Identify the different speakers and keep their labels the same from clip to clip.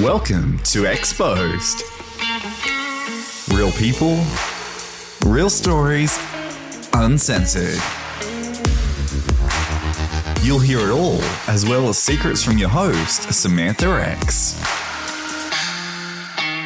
Speaker 1: Welcome to Exposed. Real people, real stories, uncensored. You'll hear it all, as well as secrets from your host, Samantha Rex.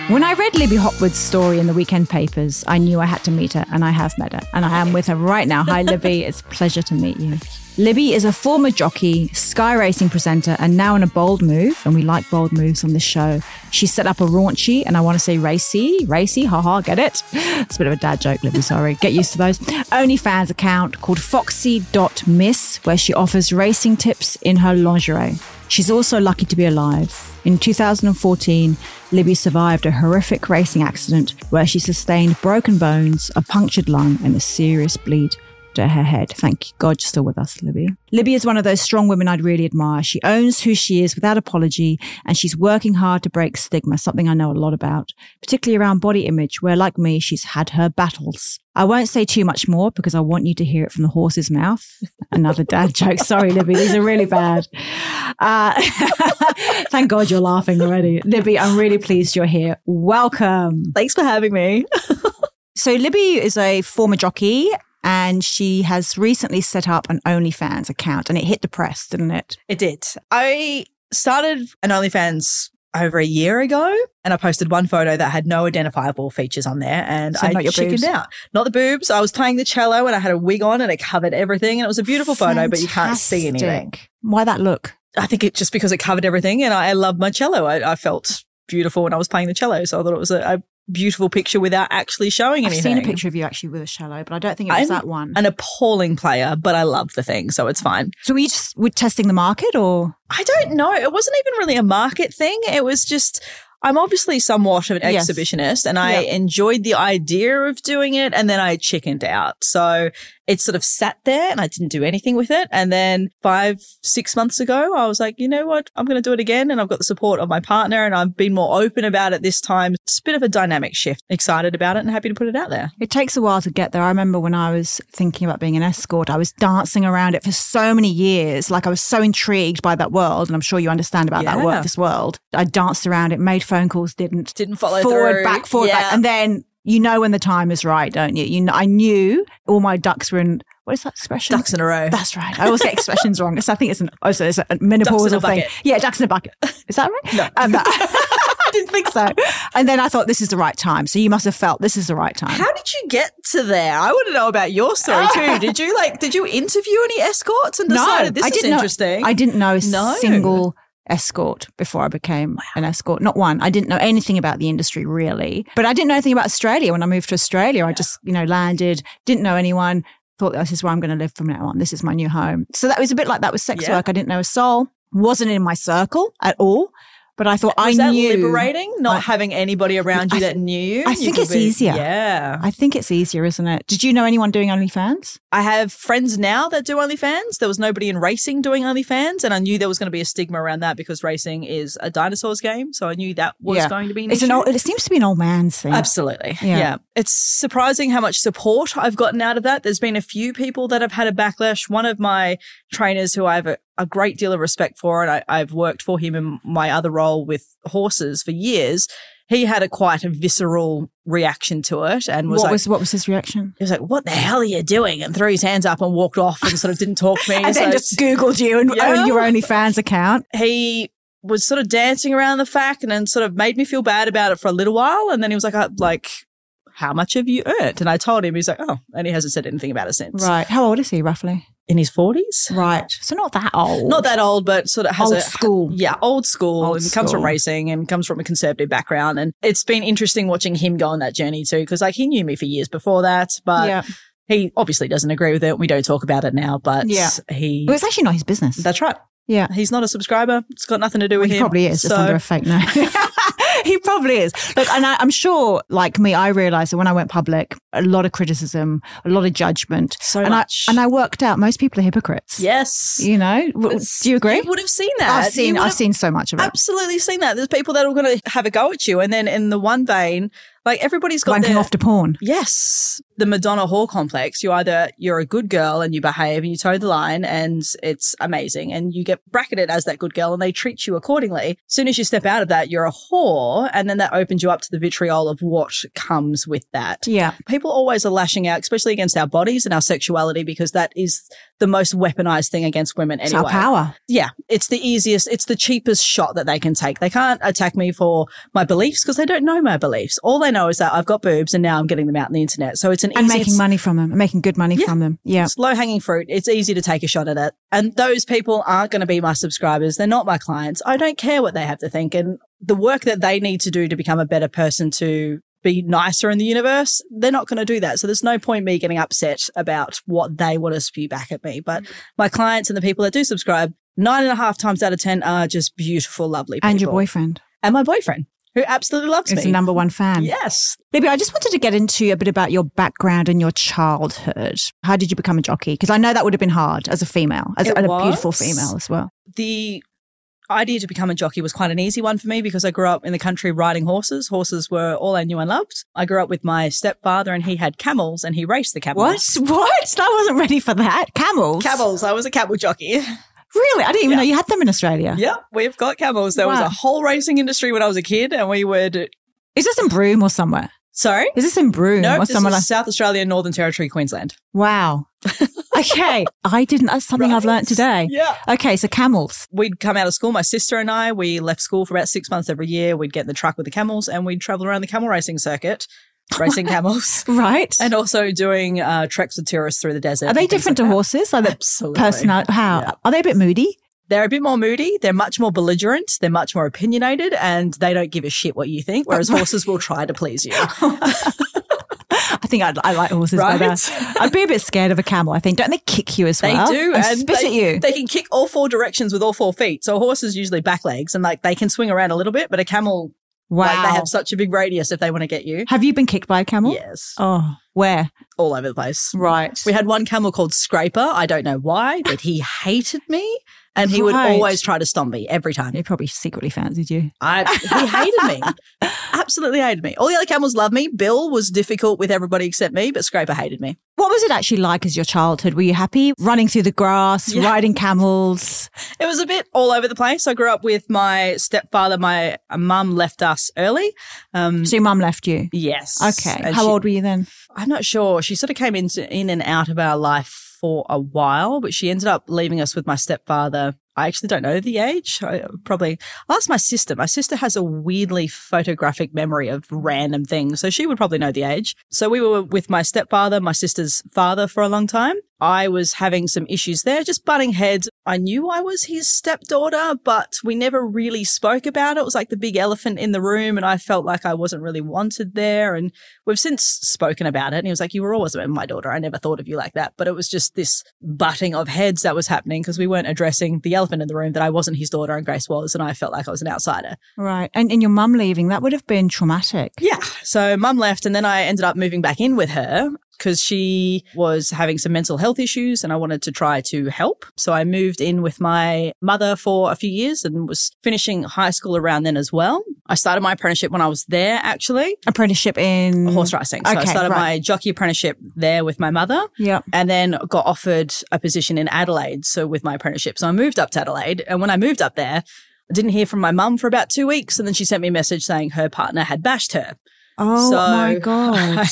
Speaker 2: When I read Libby Hopwood's story in the weekend papers, I knew I had to meet her, and I have met her, and I am with her right now. Hi, Libby. It's a pleasure to meet you. Libby is a former jockey, sky racing presenter, and now in a bold move, and we like bold moves on this show. She set up a raunchy, and I want to say racy, racy, haha, get it? It's a bit of a dad joke, Libby, sorry. Get used to those. OnlyFans account called foxy.miss, where she offers racing tips in her lingerie. She's also lucky to be alive. In 2014, Libby survived a horrific racing accident where she sustained broken bones, a punctured lung, and a serious bleed to her head. Thank God you're still with us, Libby. Libby is one of those strong women I'd really admire. She owns who she is without apology, and she's working hard to break stigma, something I know a lot about, particularly around body image, where, like me, she's had her battles. I won't say too much more because I want you to hear it from the horse's mouth. Another dad joke. Sorry, Libby. These are really bad. Uh, thank God you're laughing already. Libby, I'm really pleased you're here. Welcome.
Speaker 3: Thanks for having me.
Speaker 2: So Libby is a former jockey and she has recently set up an OnlyFans account and it hit the press, didn't it?
Speaker 3: It did. I started an OnlyFans over a year ago and I posted one photo that had no identifiable features on there and
Speaker 2: So
Speaker 3: I
Speaker 2: not your
Speaker 3: chickened
Speaker 2: boobs.
Speaker 3: out. Not the boobs. I was playing the cello and I had a wig on and it covered everything and it was a beautiful photo, but you can't see anything.
Speaker 2: Fantastic. Why that look?
Speaker 3: I think it just because it covered everything and I, I love my cello. I, I felt beautiful when I was playing the cello. So I thought it was a, a beautiful picture without actually showing
Speaker 2: I've
Speaker 3: anything.
Speaker 2: seen a picture of you actually with a shallow, but I don't think it was
Speaker 3: I'm-
Speaker 2: that one.
Speaker 3: An appalling player, but I love the thing. So it's fine.
Speaker 2: so were you just were testing the market or?
Speaker 3: I don't know. It wasn't even really a market thing. It was just, I'm obviously somewhat of an
Speaker 2: Yes.
Speaker 3: exhibitionist and I
Speaker 2: Yeah.
Speaker 3: enjoyed the idea of doing it. And then I chickened out. So it sort of sat there and I didn't do anything with it. And then five, six months ago, I was like, you know what? I'm going to do it again. And I've got the support of my partner and I've been more open about it this time. It's a bit of a dynamic shift. Excited about it and happy to put it out there.
Speaker 2: It takes a while to get there. I remember when I was thinking about being an escort, I was dancing around it for so many years. Like I was so intrigued by that world, and I'm sure you understand about that
Speaker 3: Yeah.
Speaker 2: world, this world. I danced around it, made phone calls, didn't
Speaker 3: Didn't follow
Speaker 2: forward,
Speaker 3: through.
Speaker 2: back, forward,
Speaker 3: Yeah.
Speaker 2: back, and then you know when the time is right, don't you? You know, I knew all my ducks were in. What is that expression?
Speaker 3: Ducks in a row.
Speaker 2: That's right. I always get expressions wrong. So I think it's an oh, so it's a menopausal
Speaker 3: Ducks in a
Speaker 2: thing.
Speaker 3: bucket.
Speaker 2: Yeah, ducks in a bucket. Is that right?
Speaker 3: No.
Speaker 2: Um, I didn't think so. And then I thought this is the right time. So you must have felt this is the right time.
Speaker 3: How did you get to there? I want to know about your story too. did you like? Did you interview any escorts and decided this is
Speaker 2: know-
Speaker 3: interesting?
Speaker 2: I didn't know a
Speaker 3: No.
Speaker 2: single escort before I became an escort. Not one. I didn't know anything about the industry really. But I didn't know anything about Australia when I moved to Australia. I just, you know, landed, didn't know anyone, thought this is where I'm going to live from now on. This is my new home. So that was a bit like that with sex
Speaker 3: Yeah.
Speaker 2: work. I didn't know a soul, wasn't in my circle at all. But I thought
Speaker 3: was
Speaker 2: I
Speaker 3: that
Speaker 2: knew.
Speaker 3: liberating? Not
Speaker 2: I-
Speaker 3: having anybody around you
Speaker 2: I th-
Speaker 3: that knew you.
Speaker 2: I
Speaker 3: You
Speaker 2: think
Speaker 3: could
Speaker 2: it's easier.
Speaker 3: Yeah,
Speaker 2: I think it's easier, isn't it? Did you know anyone doing OnlyFans?
Speaker 3: I have friends now that do OnlyFans. There was nobody in racing doing OnlyFans, and I knew there was going to be a stigma around that because racing is a dinosaurs game. So I knew that was
Speaker 2: Yeah.
Speaker 3: going to be. An
Speaker 2: It's an
Speaker 3: issue.
Speaker 2: old, it seems to be an old man's thing.
Speaker 3: Absolutely.
Speaker 2: Yeah.
Speaker 3: Yeah. It's surprising how much support I've gotten out of that. There's been a few people that have had a backlash. One of my trainers who I have a, a great deal of respect for, and I, I've worked for him in my other role with horses for years, he had a quite a visceral reaction to it and was
Speaker 2: what
Speaker 3: like,
Speaker 2: was what was his reaction?
Speaker 3: he was like, what the hell are you doing? And threw his hands up and walked off and sort of didn't talk to me.
Speaker 2: And
Speaker 3: So
Speaker 2: then just Googled you and
Speaker 3: Yeah.
Speaker 2: owned your OnlyFans account.
Speaker 3: he was sort of dancing around the fact and then sort of made me feel bad about it for a little while. And then he was like, I, like, how much have you earned? And I told him, he's like, oh, and he hasn't said anything about it since.
Speaker 2: Right. How old is he roughly?
Speaker 3: In his 40s.
Speaker 2: Right. So not that old.
Speaker 3: Not that old, but sort of has
Speaker 2: old
Speaker 3: a,
Speaker 2: school.
Speaker 3: yeah, old school
Speaker 2: Old
Speaker 3: and comes from
Speaker 2: school.
Speaker 3: racing and comes from a conservative background. And it's been interesting watching him go on that journey too, because like he knew me for years before that, but
Speaker 2: yeah.
Speaker 3: he obviously doesn't agree with it. We don't talk about it now, but
Speaker 2: Yeah.
Speaker 3: he,
Speaker 2: Well, it's actually not his business.
Speaker 3: that's right.
Speaker 2: yeah.
Speaker 3: He's not a subscriber. It's got nothing to do with
Speaker 2: he
Speaker 3: him.
Speaker 2: probably is. It's under a fake name. he probably is. Look, and I, I'm sure, like me, I realized that when I went public, a lot of criticism, a lot of judgment.
Speaker 3: so
Speaker 2: and
Speaker 3: much.
Speaker 2: I and I worked out most people are hypocrites.
Speaker 3: Yes.
Speaker 2: You know, W-
Speaker 3: But
Speaker 2: do you agree?
Speaker 3: You would have seen that.
Speaker 2: I've
Speaker 3: You
Speaker 2: seen
Speaker 3: would
Speaker 2: I've
Speaker 3: have
Speaker 2: seen so much of it.
Speaker 3: absolutely seen that. There's people that are going to have a go at you, and then in the one vein, Like everybody's got
Speaker 2: Wanking
Speaker 3: their,
Speaker 2: off to porn.
Speaker 3: Yes, the Madonna Hall complex. You either you're a good girl and you behave and you toe the line and it's amazing and you get bracketed as that good girl and they treat you accordingly. Soon as you step out of that, you're a whore and then that opens you up to the vitriol of what comes with that.
Speaker 2: Yeah.
Speaker 3: People always are lashing out, especially against our bodies and our sexuality because that is the most weaponized thing against women
Speaker 2: It's
Speaker 3: anyway
Speaker 2: our power.
Speaker 3: yeah, it's the easiest, it's the cheapest shot that they can take. They can't attack me for my beliefs because they don't know my beliefs. All they know is that I've got boobs and now I'm getting them out on the internet. So it's an
Speaker 2: And
Speaker 3: easy,
Speaker 2: making
Speaker 3: it's,
Speaker 2: money from them, making good money
Speaker 3: Yeah.
Speaker 2: from them. Yeah.
Speaker 3: it's low hanging fruit. It's easy to take a shot at it. And those people aren't going to be my subscribers. They're not my clients. I don't care what they have to think and the work that they need to do to become a better person to be nicer in the universe, they're not going to do that. So there's no point me getting upset about what they want to spew back at me. But
Speaker 2: Mm-hmm.
Speaker 3: my clients and the people that do subscribe, nine and a half times out of 10 are just beautiful, lovely people.
Speaker 2: And your boyfriend
Speaker 3: And my boyfriend, who absolutely loves
Speaker 2: is the
Speaker 3: me.
Speaker 2: number one fan.
Speaker 3: yes.
Speaker 2: Libby, I just wanted to get into a bit about your background and your childhood. How did you become a jockey? Because I know that would have been hard as a female, as
Speaker 3: It
Speaker 2: and a beautiful
Speaker 3: was.
Speaker 2: female as well.
Speaker 3: the idea to become a jockey was quite an easy one for me because I grew up in the country riding horses. Horses were all I knew and loved. I grew up with my stepfather and he had camels and he raced the camels.
Speaker 2: What? I wasn't ready for that. Camels.
Speaker 3: Camels. I was a camel jockey.
Speaker 2: Really? I didn't even
Speaker 3: Yeah.
Speaker 2: know you had them in Australia.
Speaker 3: yep, we've got camels. There was
Speaker 2: Wow.
Speaker 3: a whole racing industry when I was a kid and we would
Speaker 2: Is this in Broome or somewhere?
Speaker 3: sorry.
Speaker 2: Is this in Broome
Speaker 3: No,
Speaker 2: or
Speaker 3: this is
Speaker 2: somewhere Hmm, like?
Speaker 3: South Australia, Northern Territory, Queensland.
Speaker 2: Wow. okay, I didn't. That's something I've learned today.
Speaker 3: Yeah.
Speaker 2: Okay, so camels.
Speaker 3: We'd come out of school, my sister and I, we left school for about six months every year. We'd get in the truck with the camels and we'd travel around the camel racing circuit, racing camels.
Speaker 2: Right.
Speaker 3: and also doing uh, treks with tourists through the desert.
Speaker 2: Are they
Speaker 3: and things
Speaker 2: different
Speaker 3: like
Speaker 2: to
Speaker 3: that.
Speaker 2: horses? Are they
Speaker 3: Absolutely.
Speaker 2: personal? How?
Speaker 3: Yeah.
Speaker 2: Are they a bit moody?
Speaker 3: They're a bit more moody. They're much more belligerent. They're much more opinionated, and they don't give a shit what you think. Whereas horses will try to please you.
Speaker 2: I think I'd, I like horses
Speaker 3: Right?
Speaker 2: better. I'd be a bit scared of a camel, I think. Don't they kick you as
Speaker 3: They
Speaker 2: well?
Speaker 3: do,
Speaker 2: And,
Speaker 3: and
Speaker 2: spit
Speaker 3: they,
Speaker 2: at you.
Speaker 3: They can kick all four directions with all four feet. So a horse is usually back legs, and like they can swing around a little bit. But a camel,
Speaker 2: wow.
Speaker 3: like they
Speaker 2: have,
Speaker 3: have such a big radius if they want to get you.
Speaker 2: you been kicked by a camel?
Speaker 3: Yes,
Speaker 2: Oh, where?
Speaker 3: all over the place.
Speaker 2: Right.
Speaker 3: We had one camel called Scraper. I don't know why, but he hated me, and he would
Speaker 2: Right.
Speaker 3: always try to stomp me every time.
Speaker 2: He probably secretly fancied you.
Speaker 3: I he hated me. Absolutely hated me. All the other camels loved me. Bill was difficult with everybody except me, but Scraper hated me.
Speaker 2: What was it actually like as your childhood? Were you happy running through the grass,
Speaker 3: Yeah.
Speaker 2: riding camels?
Speaker 3: It was a bit all over the place. I grew up with my stepfather. My mum left us early. Um,
Speaker 2: So your mum left you.
Speaker 3: yes.
Speaker 2: Okay.
Speaker 3: And
Speaker 2: How
Speaker 3: she-
Speaker 2: old were you then?
Speaker 3: I'm not sure. She sort of came into in and out of our life for a while, but she ended up leaving us with my stepfather. I actually don't know the age. I uh, probably I'll ask my sister. My sister has a weirdly photographic memory of random things, so she would probably know the age. So we were with my stepfather, my sister's father for a long time. I was having some issues there, just butting heads. I knew I was his stepdaughter, but we never really spoke about it. It was like the big elephant in the room, and I felt like I wasn't really wanted there. And we've since spoken about it. And he was like, You were always my daughter. I never thought of you like that. But it was just this butting of heads that was happening because we weren't addressing the elephant in the room that I wasn't his daughter and Grace was. And I felt like I was an outsider.
Speaker 2: Right. And, and your mum leaving, that would have been traumatic.
Speaker 3: Yeah. So mum left. And then I ended up moving back in with her because she was having some mental health issues and I wanted to try to help. So I moved in with my mother for a few years and was finishing high school around then as well. I started my apprenticeship when I was there actually.
Speaker 2: Apprenticeship in
Speaker 3: Horse racing. So I
Speaker 2: Mm-hmm. Okay,
Speaker 3: started
Speaker 2: right.
Speaker 3: my jockey apprenticeship there with my mother.
Speaker 2: Yeah.
Speaker 3: and then got offered a position in Adelaide. So with my apprenticeship, so I moved up to Adelaide. And when I moved up there, I didn't hear from my mum for about two weeks. And then she sent me a message saying her partner had bashed her.
Speaker 2: Oh
Speaker 3: So-
Speaker 2: my god.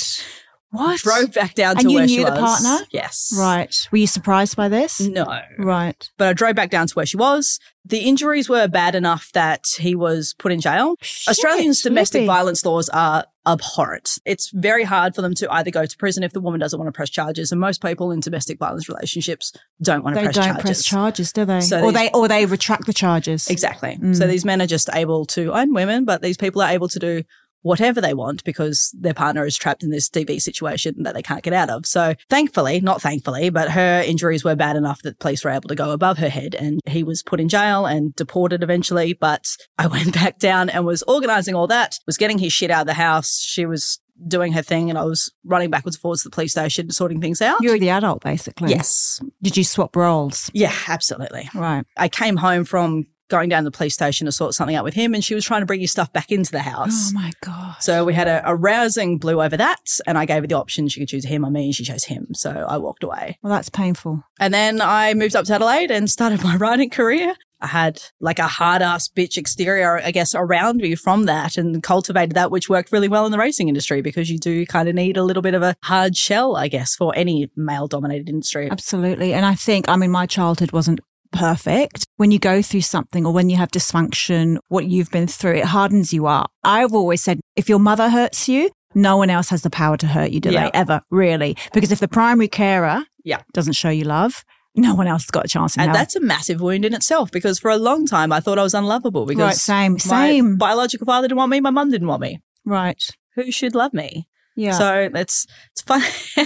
Speaker 2: what?
Speaker 3: Drove back down
Speaker 2: And
Speaker 3: to
Speaker 2: you
Speaker 3: where
Speaker 2: knew
Speaker 3: she
Speaker 2: the
Speaker 3: was.
Speaker 2: partner?
Speaker 3: Yes.
Speaker 2: Right. Were you surprised by this?
Speaker 3: No.
Speaker 2: Right.
Speaker 3: But I drove back down to where she was. The injuries were bad enough that he was put in jail. Australians'
Speaker 2: Shit,
Speaker 3: domestic
Speaker 2: Libby.
Speaker 3: violence laws are abhorrent. It's very hard for them to either go to prison if the woman doesn't want to press charges, and most people in domestic violence relationships don't want to
Speaker 2: They
Speaker 3: press
Speaker 2: don't
Speaker 3: charges.
Speaker 2: press charges, do they?
Speaker 3: So
Speaker 2: or
Speaker 3: these-
Speaker 2: they or they retract the charges.
Speaker 3: Exactly.
Speaker 2: Mm.
Speaker 3: So these men are just able to, and women, but these people are able to do whatever they want because their partner is trapped in this DV situation that they can't get out of. So thankfully, not thankfully, but her injuries were bad enough that police were able to go above her head and he was put in jail and deported eventually. But I went back down and was organizing all that, was getting his shit out of the house. She was doing her thing and I was running backwards and forwards to the police station, sorting things out.
Speaker 2: You're the adult basically.
Speaker 3: yes.
Speaker 2: Did you swap roles?
Speaker 3: Yeah, absolutely.
Speaker 2: Right.
Speaker 3: I came home from going down to the police station to sort something out with him, and she was trying to bring his stuff back into the house.
Speaker 2: Oh my god.
Speaker 3: So we had a, a rousing blue over that, and I gave her the option. She could choose him or me, and she chose him. So I walked away.
Speaker 2: Well, that's painful.
Speaker 3: And then I moved up to Adelaide and started my writing career. I had like a hard ass bitch exterior, I guess, around me from that and cultivated that, which worked really well in the racing industry because you do kind of need a little bit of a hard shell, I guess, for any male dominated industry.
Speaker 2: Absolutely. And I think, I mean, my childhood wasn't perfect. When you go through something or when you have dysfunction, what you've been through, it hardens you up. I've always said if your mother hurts you, no one else has the power to hurt you, do
Speaker 3: Yeah.
Speaker 2: they? Ever, really. Because if the primary carer
Speaker 3: Yeah.
Speaker 2: doesn't show you love, no one else has got a chance in
Speaker 3: And
Speaker 2: hell.
Speaker 3: that's a massive wound in itself because for a long time I thought I was unlovable because
Speaker 2: right, same,
Speaker 3: my
Speaker 2: same.
Speaker 3: biological father didn't want me, my mum didn't want me.
Speaker 2: right.
Speaker 3: Who should love me?
Speaker 2: Yeah.
Speaker 3: So that's it's fun.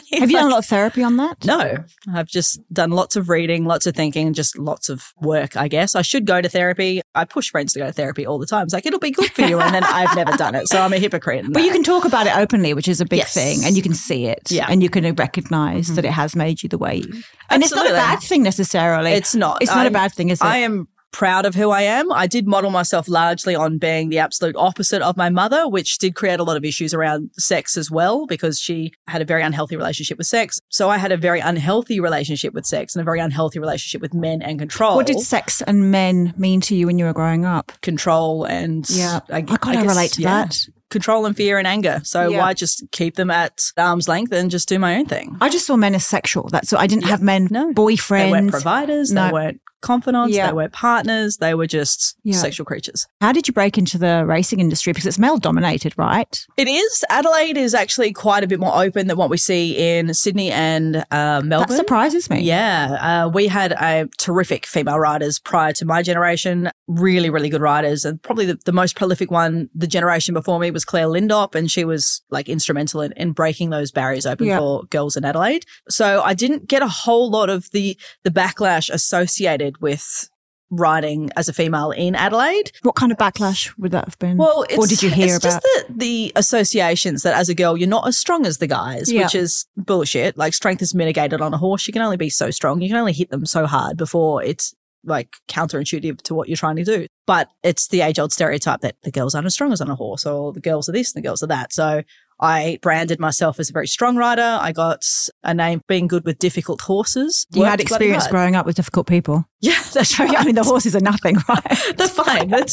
Speaker 2: have you done a lot of therapy on that?
Speaker 3: No, I've just done lots of reading, lots of thinking, and just lots of work, I guess. I should go to therapy. I push friends to go to therapy all the time. It's like, it'll be good for you. And then I've never done it. So I'm a hypocrite. in
Speaker 2: But you
Speaker 3: that.
Speaker 2: can talk about it openly, which is a big
Speaker 3: Yes.
Speaker 2: thing, and you can see it,
Speaker 3: Yeah.
Speaker 2: and you can recognize that it has made you the way. You, and it's not a
Speaker 3: Absolutely.
Speaker 2: bad thing necessarily.
Speaker 3: It's not.
Speaker 2: It's not a
Speaker 3: I'm-
Speaker 2: bad thing, is it?
Speaker 3: I am proud of who I am. I did model myself largely on being the absolute opposite of my mother, which did create a lot of issues around sex as well, because she had a very unhealthy relationship with sex. So I had a very unhealthy relationship with sex and a very unhealthy relationship with men and control.
Speaker 2: What did sex and men mean to you when you were growing up?
Speaker 3: control and
Speaker 2: Yeah, I, kind
Speaker 3: I
Speaker 2: of
Speaker 3: guess,
Speaker 2: relate to
Speaker 3: yeah.
Speaker 2: that.
Speaker 3: control and fear and anger. So
Speaker 2: Yeah.
Speaker 3: why just keep them at arm's length and just do my own thing?
Speaker 2: I just saw men as sexual. That's all. I didn't have men
Speaker 3: No. They weren't
Speaker 2: boyfriends.
Speaker 3: providers.
Speaker 2: No.
Speaker 3: They weren't confidants.
Speaker 2: Yeah.
Speaker 3: They weren't partners. They were just
Speaker 2: Yeah.
Speaker 3: sexual creatures.
Speaker 2: How did you break into the racing industry? Because it's male dominated, right?
Speaker 3: It is. Adelaide is actually quite a bit more open than what we see in Sydney and uh,
Speaker 2: That
Speaker 3: Melbourne.
Speaker 2: surprises me.
Speaker 3: Yeah, uh, we had uh, terrific female riders prior to my generation. Really, really good riders, and probably the, the most prolific one, the generation before me, was Claire Lindop, and she was like instrumental in, in breaking those barriers open
Speaker 2: Yeah.
Speaker 3: for girls in Adelaide. So I didn't get a whole lot of the the backlash associated with riding as a female in Adelaide.
Speaker 2: What kind of backlash would that have been?
Speaker 3: Well, it's,
Speaker 2: or did you hear
Speaker 3: it's
Speaker 2: about?
Speaker 3: just the, the associations that as a girl you're not as strong as the guys,
Speaker 2: Yeah.
Speaker 3: which is bullshit. Like strength is mitigated on a horse. You can only be so strong. You can only hit them so hard before it's like counterintuitive to what you're trying to do. But it's the age old stereotype that the girls aren't as strong as on a horse, or the girls are this and the girls are that. So I branded myself as a very strong rider. I got a name being good with difficult horses.
Speaker 2: you had
Speaker 3: Worked bloody
Speaker 2: experience
Speaker 3: hard.
Speaker 2: growing up with difficult people.
Speaker 3: Yeah, that's right.
Speaker 2: I mean, the horses are nothing, right?
Speaker 3: They're fine. That's,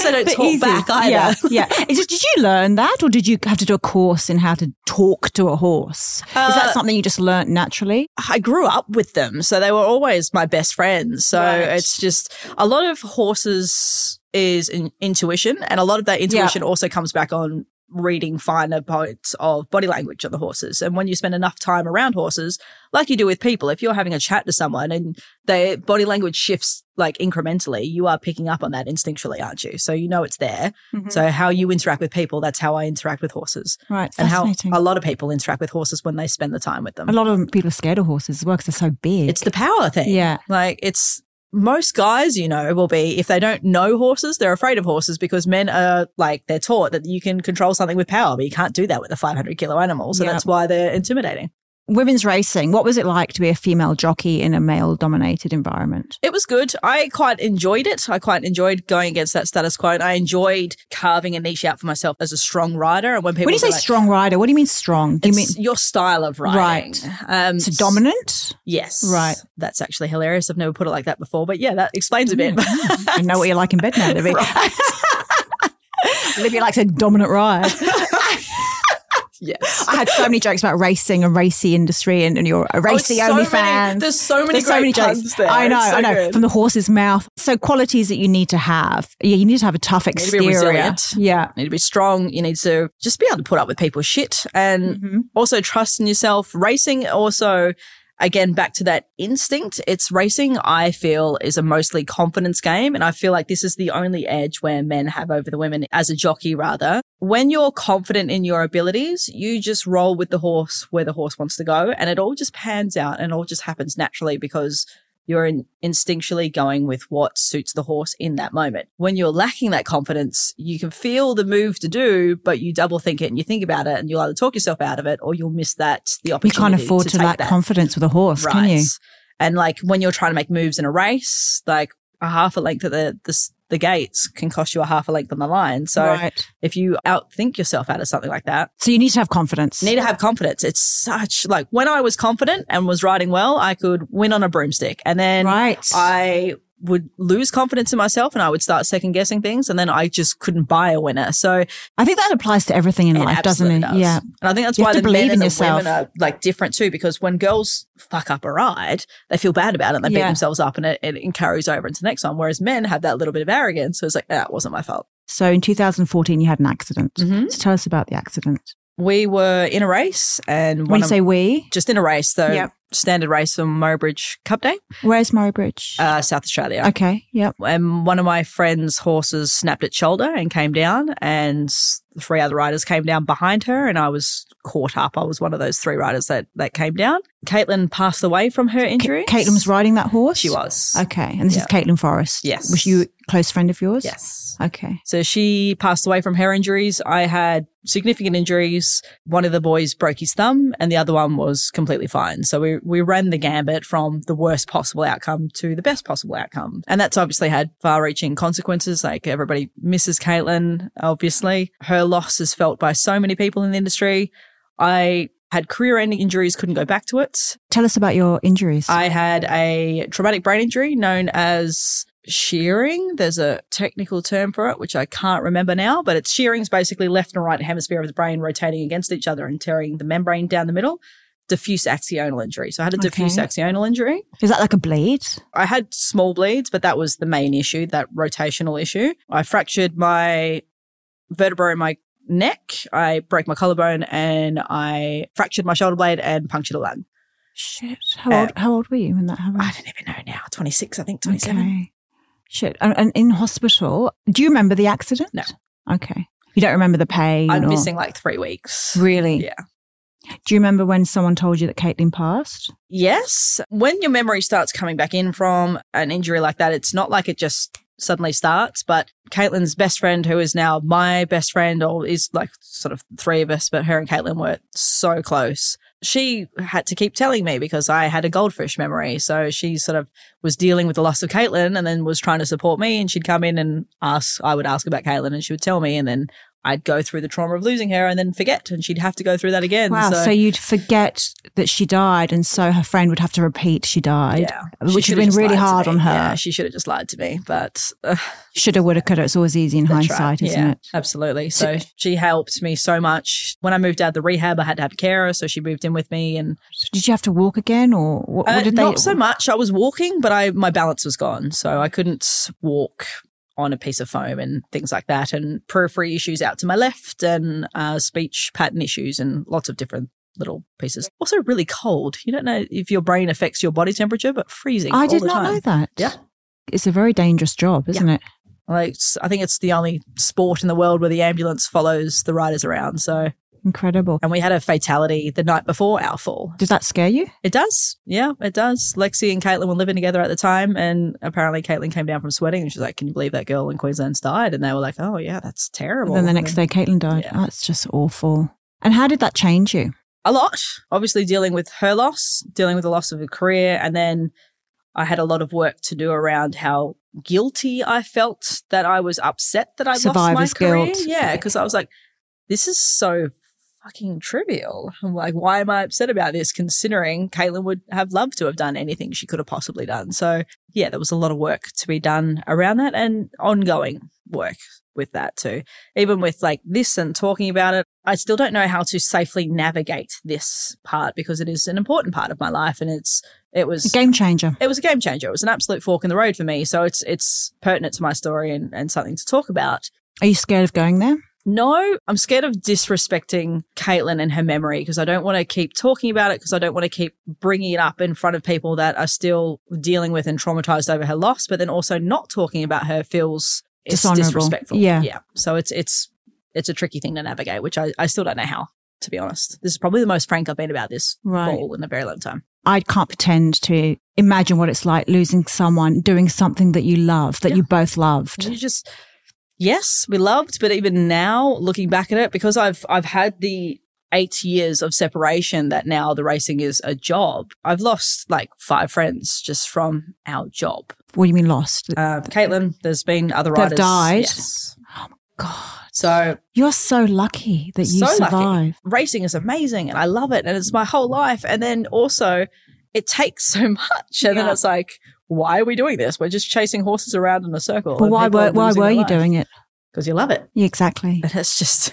Speaker 3: so don't
Speaker 2: They're
Speaker 3: talk
Speaker 2: easy.
Speaker 3: back either.
Speaker 2: Yeah, yeah. It's just- did you learn that, or did you have to do a course in how to talk to a horse? Is that
Speaker 3: Uh,
Speaker 2: something you just learnt naturally?
Speaker 3: I grew up with them, so they were always my best friends. So
Speaker 2: Right.
Speaker 3: it's just a lot of horses is in, intuition, and a lot of that intuition also comes back on reading finer parts of body language of the horses. And when you spend enough time around horses, like you do with people, if you're having a chat to someone and their body language shifts like incrementally, you are picking up on that instinctually, aren't you? So you know it's there.
Speaker 2: Mm-hmm.
Speaker 3: So how you interact with people, that's how I interact with horses.
Speaker 2: right,
Speaker 3: And how
Speaker 2: fascinating.
Speaker 3: a lot of people interact with horses when they spend the time with them.
Speaker 2: a lot of people are scared of horses as well because they're so big.
Speaker 3: It's the power thing.
Speaker 2: Yeah.
Speaker 3: Like it's most guys, you know, will be if they don't know horses, they're afraid of horses because men are like they're taught that you can control something with power, but you can't do that with a 500 kilo animal. So
Speaker 2: Yeah.
Speaker 3: that's why they're intimidating.
Speaker 2: women's racing. What was it like to be a female jockey in a male dominated environment?
Speaker 3: It was good. I quite enjoyed it. I quite enjoyed going against that status quo. And I enjoyed carving a niche out for myself as a strong rider. And when people
Speaker 2: When you
Speaker 3: were
Speaker 2: say
Speaker 3: like,
Speaker 2: strong rider, what do you mean strong? Do you mean
Speaker 3: it's your style of riding.
Speaker 2: Right.
Speaker 3: Um,
Speaker 2: it's dominant?
Speaker 3: Yes.
Speaker 2: Right.
Speaker 3: That's actually hilarious. I've never put it like that before, but yeah, that explains a bit.
Speaker 2: I know what you're like in bed now, Libby. Libby likes a dominant ride.
Speaker 3: yes.
Speaker 2: I had so many jokes about racing and racy industry and, and your a
Speaker 3: Oh, it's
Speaker 2: racy
Speaker 3: so
Speaker 2: only
Speaker 3: many-
Speaker 2: fans.
Speaker 3: There's so many, great puns there.
Speaker 2: I know,
Speaker 3: It's so
Speaker 2: I know.
Speaker 3: good.
Speaker 2: From the horse's mouth. So qualities that you need to have. Yeah, you need to have a tough
Speaker 3: to be
Speaker 2: exterior.
Speaker 3: resilient.
Speaker 2: Yeah.
Speaker 3: you need to be strong. You need to just be able to put up with people's shit and
Speaker 2: Mm.
Speaker 3: also trust in yourself. Racing also. Again, back to that instinct. It's racing, I feel, is a mostly confidence game. And I feel like this is the only edge where men have over the women as a jockey, rather. When you're confident in your abilities, you just roll with the horse where the horse wants to go. And it all just pans out and it all just happens naturally because you're in, instinctually going with what suits the horse in that moment. When you're lacking that confidence, you can feel the move to do, but you double think it and you think about it and you'll either talk yourself out of it or you'll miss that, the
Speaker 2: You
Speaker 3: opportunity.
Speaker 2: can't afford to,
Speaker 3: take
Speaker 2: lack
Speaker 3: that
Speaker 2: confidence with a horse,
Speaker 3: rise.
Speaker 2: can you?
Speaker 3: And like when you're trying to make moves in a race, like a half a length at the, the s- the gates can cost you a half a length on the line. So
Speaker 2: right.
Speaker 3: if you outthink yourself out of something like that,
Speaker 2: So you need to have confidence.
Speaker 3: need to have confidence. It's such like when I was confident and was riding well, I could win on a broomstick, and then
Speaker 2: right.
Speaker 3: I would lose confidence in myself and I would start second guessing things, and then I just couldn't buy a winner. So
Speaker 2: I think that applies to everything in
Speaker 3: it
Speaker 2: life, doesn't
Speaker 3: absolutely
Speaker 2: it?
Speaker 3: does.
Speaker 2: Yeah.
Speaker 3: and I think that's
Speaker 2: You
Speaker 3: why
Speaker 2: have to
Speaker 3: the men
Speaker 2: believe in
Speaker 3: and the
Speaker 2: yourself.
Speaker 3: women are like different too, because when girls fuck up a ride, they feel bad about it and they beat
Speaker 2: Yeah.
Speaker 3: themselves up, and it, it, carries over into the next one. Whereas men have that little bit of arrogance, so it's like that wasn't my fault.
Speaker 2: So in 2014, you had an accident.
Speaker 3: Mhm.
Speaker 2: So tell us about the accident.
Speaker 3: We were in a race, and
Speaker 2: When
Speaker 3: one
Speaker 2: you
Speaker 3: of,
Speaker 2: say we,
Speaker 3: just in a race, so
Speaker 2: Yep.
Speaker 3: standard race for Mowbridge Cup Day,
Speaker 2: where's Murray Bridge?
Speaker 3: uh, South Australia.
Speaker 2: okay. Yep.
Speaker 3: and one of my friend's horses snapped its shoulder and came down and the three other riders came down behind her and I was caught up. I was one of those three riders that, that came down. Caitlin passed away from her injury.
Speaker 2: Caitlin was riding that horse.
Speaker 3: She was.
Speaker 2: Okay. And this is Caitlin Forrest.
Speaker 3: Yes.
Speaker 2: Was you a close friend of yours?
Speaker 3: Yes.
Speaker 2: Okay.
Speaker 3: So she passed away from her injuries. I had significant injuries. One of the boys broke his thumb and the other one was completely fine. So we, we ran the gambit from the worst possible outcome to the best possible outcome. And that's obviously had far reaching consequences. Like everybody misses Caitlin, obviously. Her loss is felt by so many people in the industry. I had career ending injuries, couldn't go back to it.
Speaker 2: Tell us about your injuries.
Speaker 3: I had a traumatic brain injury known as shearing. There's a technical term for it, which I can't remember now, but it's shearing is basically left and right hemisphere of the brain rotating against each other and tearing the membrane down the middle. Diffuse axonal injury. So I had a diffuse
Speaker 2: Okay.
Speaker 3: axonal injury.
Speaker 2: is that like a blade?
Speaker 3: I had small bleeds, but that was the main issue, that rotational issue. I fractured my vertebra in my neck. I broke my collarbone and I fractured my shoulder blade and punctured a lung.
Speaker 2: Shit. How old, how old were you when that happened?
Speaker 3: Uh, I don't even know now. 26, I think, 27.
Speaker 2: Okay. Shit. And, and in hospital, do you remember the accident?
Speaker 3: No.
Speaker 2: Okay. You don't remember the pain?
Speaker 3: I'm
Speaker 2: or-
Speaker 3: missing like three weeks.
Speaker 2: Really?
Speaker 3: Yeah.
Speaker 2: Do you remember when someone told you that Caitlin passed?
Speaker 3: Yes. When your memory starts coming back in from an injury like that, it's not like it just suddenly starts, but Caitlin's best friend, who is now my best friend, or is like sort of three of us, but her and Caitlin were so close. She had to keep telling me because I had a goldfish memory. So she sort of was dealing with the loss of Caitlin and then was trying to support me. And she'd come in and ask, I would ask about Caitlin and she would tell me. And then I'd go through the trauma of losing her and then forget. And she'd have to go through that again.
Speaker 2: Wow. So, you'd forget that she died, and so her friend would have to repeat she died,
Speaker 3: Yeah. She
Speaker 2: which would
Speaker 3: should've
Speaker 2: have been
Speaker 3: just
Speaker 2: really
Speaker 3: lied to
Speaker 2: hard
Speaker 3: me.
Speaker 2: on her.
Speaker 3: Yeah, she should have just lied to me, but uh,
Speaker 2: Shoulda, woulda, coulda. It's always easy in
Speaker 3: that's
Speaker 2: hindsight,
Speaker 3: right.
Speaker 2: isn't
Speaker 3: Yeah,
Speaker 2: it?
Speaker 3: Absolutely. So she helped me so much. When I moved out of the rehab, I had to have a carer, so she moved in with me, and
Speaker 2: Did you have to walk again, or what,
Speaker 3: uh,
Speaker 2: what did they?
Speaker 3: not so much. I was walking, but I my balance was gone, so I couldn't walk on a piece of foam and things like that, and periphery issues out to my left, and uh, speech pattern issues, and lots of different little pieces. Also, really cold. You don't know if your brain affects your body temperature, but freezing.
Speaker 2: I
Speaker 3: all
Speaker 2: did
Speaker 3: the
Speaker 2: not
Speaker 3: time.
Speaker 2: know that.
Speaker 3: Yeah.
Speaker 2: It's a very dangerous job, isn't it?
Speaker 3: Like s- I think it's the only sport in the world where the ambulance follows the riders around. So,
Speaker 2: Incredible.
Speaker 3: and we had a fatality the night before our fall.
Speaker 2: Did that scare you?
Speaker 3: It does, yeah, it does. Lexi and Caitlin were living together at the time, and apparently Caitlin came down from sweating, and she's like, "Can you believe that girl in Queensland's died?" And they were like, "Oh yeah, that's terrible."
Speaker 2: And then the next day, Caitlin died.
Speaker 3: Yeah.
Speaker 2: Oh, it's just awful. And how did that change you?
Speaker 3: a lot. Obviously, dealing with her loss, dealing with the loss of a career, and then I had a lot of work to do around how guilty I felt that I was upset that I
Speaker 2: Survivor's
Speaker 3: lost my career.
Speaker 2: guilt.
Speaker 3: Yeah, because I was like, this is so fucking trivial. I'm like, why am I upset about this? Considering Caitlin would have loved to have done anything she could have possibly done. So yeah, there was a lot of work to be done around that, and ongoing work with that too. Even with like this and talking about it, I still don't know how to safely navigate this part because it is an important part of my life, and it's it was
Speaker 2: A game changer.
Speaker 3: it was a game changer. It was an absolute fork in the road for me. So it's it's pertinent to my story and, and something to talk about.
Speaker 2: Are you scared of going there?
Speaker 3: No, I'm scared of disrespecting Caitlin and her memory because I don't want to keep talking about it because I don't want to keep bringing it up in front of people that are still dealing with and traumatized over her loss, but then also not talking about her feels it's
Speaker 2: Dishonourable.
Speaker 3: disrespectful.
Speaker 2: Yeah.
Speaker 3: yeah. So it's it's it's a tricky thing to navigate, which I, I still don't know how. To be honest, this is probably the most frank I've been about this
Speaker 2: Right.
Speaker 3: ball in a very long time.
Speaker 2: I can't pretend to imagine what it's like losing someone doing something that you love, that
Speaker 3: Yeah.
Speaker 2: you both loved.
Speaker 3: You just yes, we loved, but even now looking back at it, because I've I've had the eight years of separation that now the racing is a job. I've lost like five friends just from our job.
Speaker 2: What do you mean lost?
Speaker 3: Uh, Caitlin, there's been other
Speaker 2: They've
Speaker 3: riders.
Speaker 2: died?
Speaker 3: Yes.
Speaker 2: God,
Speaker 3: So
Speaker 2: you're so lucky that you
Speaker 3: So lucky.
Speaker 2: survived.
Speaker 3: racing is amazing and I love it and it's my whole life. And then also it takes so much. And then
Speaker 2: Yeah.
Speaker 3: it's like, why are we doing this? We're just chasing horses around in a circle.
Speaker 2: But why were why were you doing it?
Speaker 3: Because you love it.
Speaker 2: Yeah, exactly.
Speaker 3: And it's just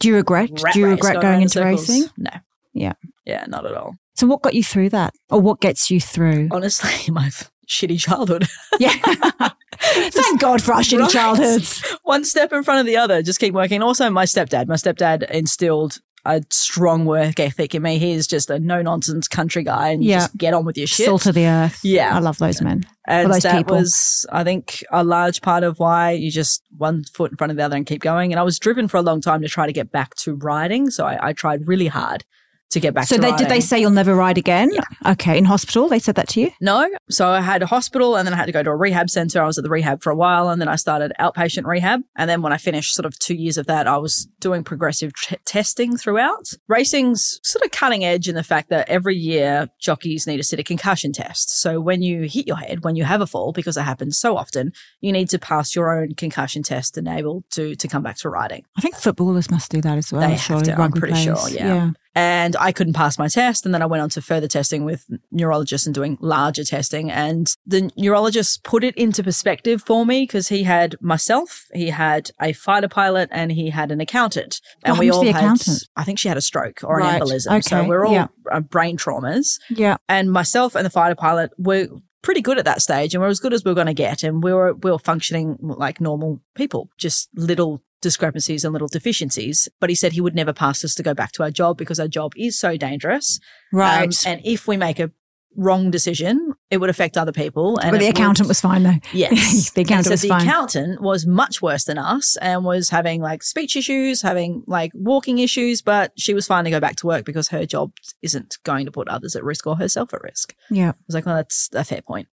Speaker 2: Do you regret?
Speaker 3: rat
Speaker 2: Do you
Speaker 3: race
Speaker 2: regret
Speaker 3: around
Speaker 2: going
Speaker 3: in
Speaker 2: into
Speaker 3: circles.
Speaker 2: racing?
Speaker 3: No.
Speaker 2: Yeah.
Speaker 3: Yeah, not at all.
Speaker 2: So what got you through that, or what gets you through?
Speaker 3: Honestly, my f- shitty childhood.
Speaker 2: Yeah. Thank God for our shitty
Speaker 3: Right.
Speaker 2: childhoods.
Speaker 3: One step in front of the other. Just keep working. Also, my stepdad. My stepdad instilled a strong work ethic in me. He's just a no nonsense country guy and you
Speaker 2: Yeah.
Speaker 3: just get on with your shit.
Speaker 2: Salt of the earth.
Speaker 3: Yeah.
Speaker 2: I love those men.
Speaker 3: And
Speaker 2: All those
Speaker 3: that
Speaker 2: people.
Speaker 3: was, I think, a large part of why you just one foot in front of the other and keep going. And I was driven for a long time to try to get back to riding. So I, I tried really hard to get back
Speaker 2: so
Speaker 3: to
Speaker 2: they,
Speaker 3: riding.
Speaker 2: did they say you'll never ride again? Okay. In hospital, they said that to you?
Speaker 3: No. So I had a hospital and then I had to go to a rehab center. I was at the rehab for a while and then I started outpatient rehab. And then when I finished sort of two years of that, I was doing progressive t- testing throughout. Racing's sort of cutting edge in the fact that every year jockeys need to sit a concussion test. So when you hit your head, when you have a fall, because it happens so often, you need to pass your own concussion test to enable to, to come back to riding.
Speaker 2: I think footballers must do that as well.
Speaker 3: They have
Speaker 2: surely.
Speaker 3: to, I'm
Speaker 2: Rugby
Speaker 3: pretty
Speaker 2: players.
Speaker 3: sure, yeah. and I couldn't pass my test. And then I went on to further testing with neurologists and doing larger testing. And the neurologist put it into perspective for me because he had myself, he had a fighter pilot, and he had an accountant.
Speaker 2: What
Speaker 3: And we
Speaker 2: happened to
Speaker 3: all
Speaker 2: the
Speaker 3: had,
Speaker 2: accountant?
Speaker 3: I think she had a stroke or
Speaker 2: Right,
Speaker 3: an embolism. So
Speaker 2: okay,
Speaker 3: we're all
Speaker 2: yeah.
Speaker 3: uh, brain traumas.
Speaker 2: Yeah.
Speaker 3: And myself and the fighter pilot were pretty good at that stage and we're as good as we are going to get. And we were, we were functioning like normal people, just little discrepancies and little deficiencies. But he said he would never pass us to go back to our job because our job is so dangerous. Um,
Speaker 2: Right.
Speaker 3: and if we make a wrong decision, it would affect other people. And
Speaker 2: but the
Speaker 3: it would-
Speaker 2: accountant was fine though.
Speaker 3: Yes.
Speaker 2: The
Speaker 3: And
Speaker 2: accountant
Speaker 3: so
Speaker 2: was
Speaker 3: the
Speaker 2: fine.
Speaker 3: accountant was much worse than us and was having like speech issues, having like walking issues, but she was fine to go back to work because her job isn't going to put others at risk or herself at risk.
Speaker 2: Yeah.
Speaker 3: I was like, well, that's a fair point.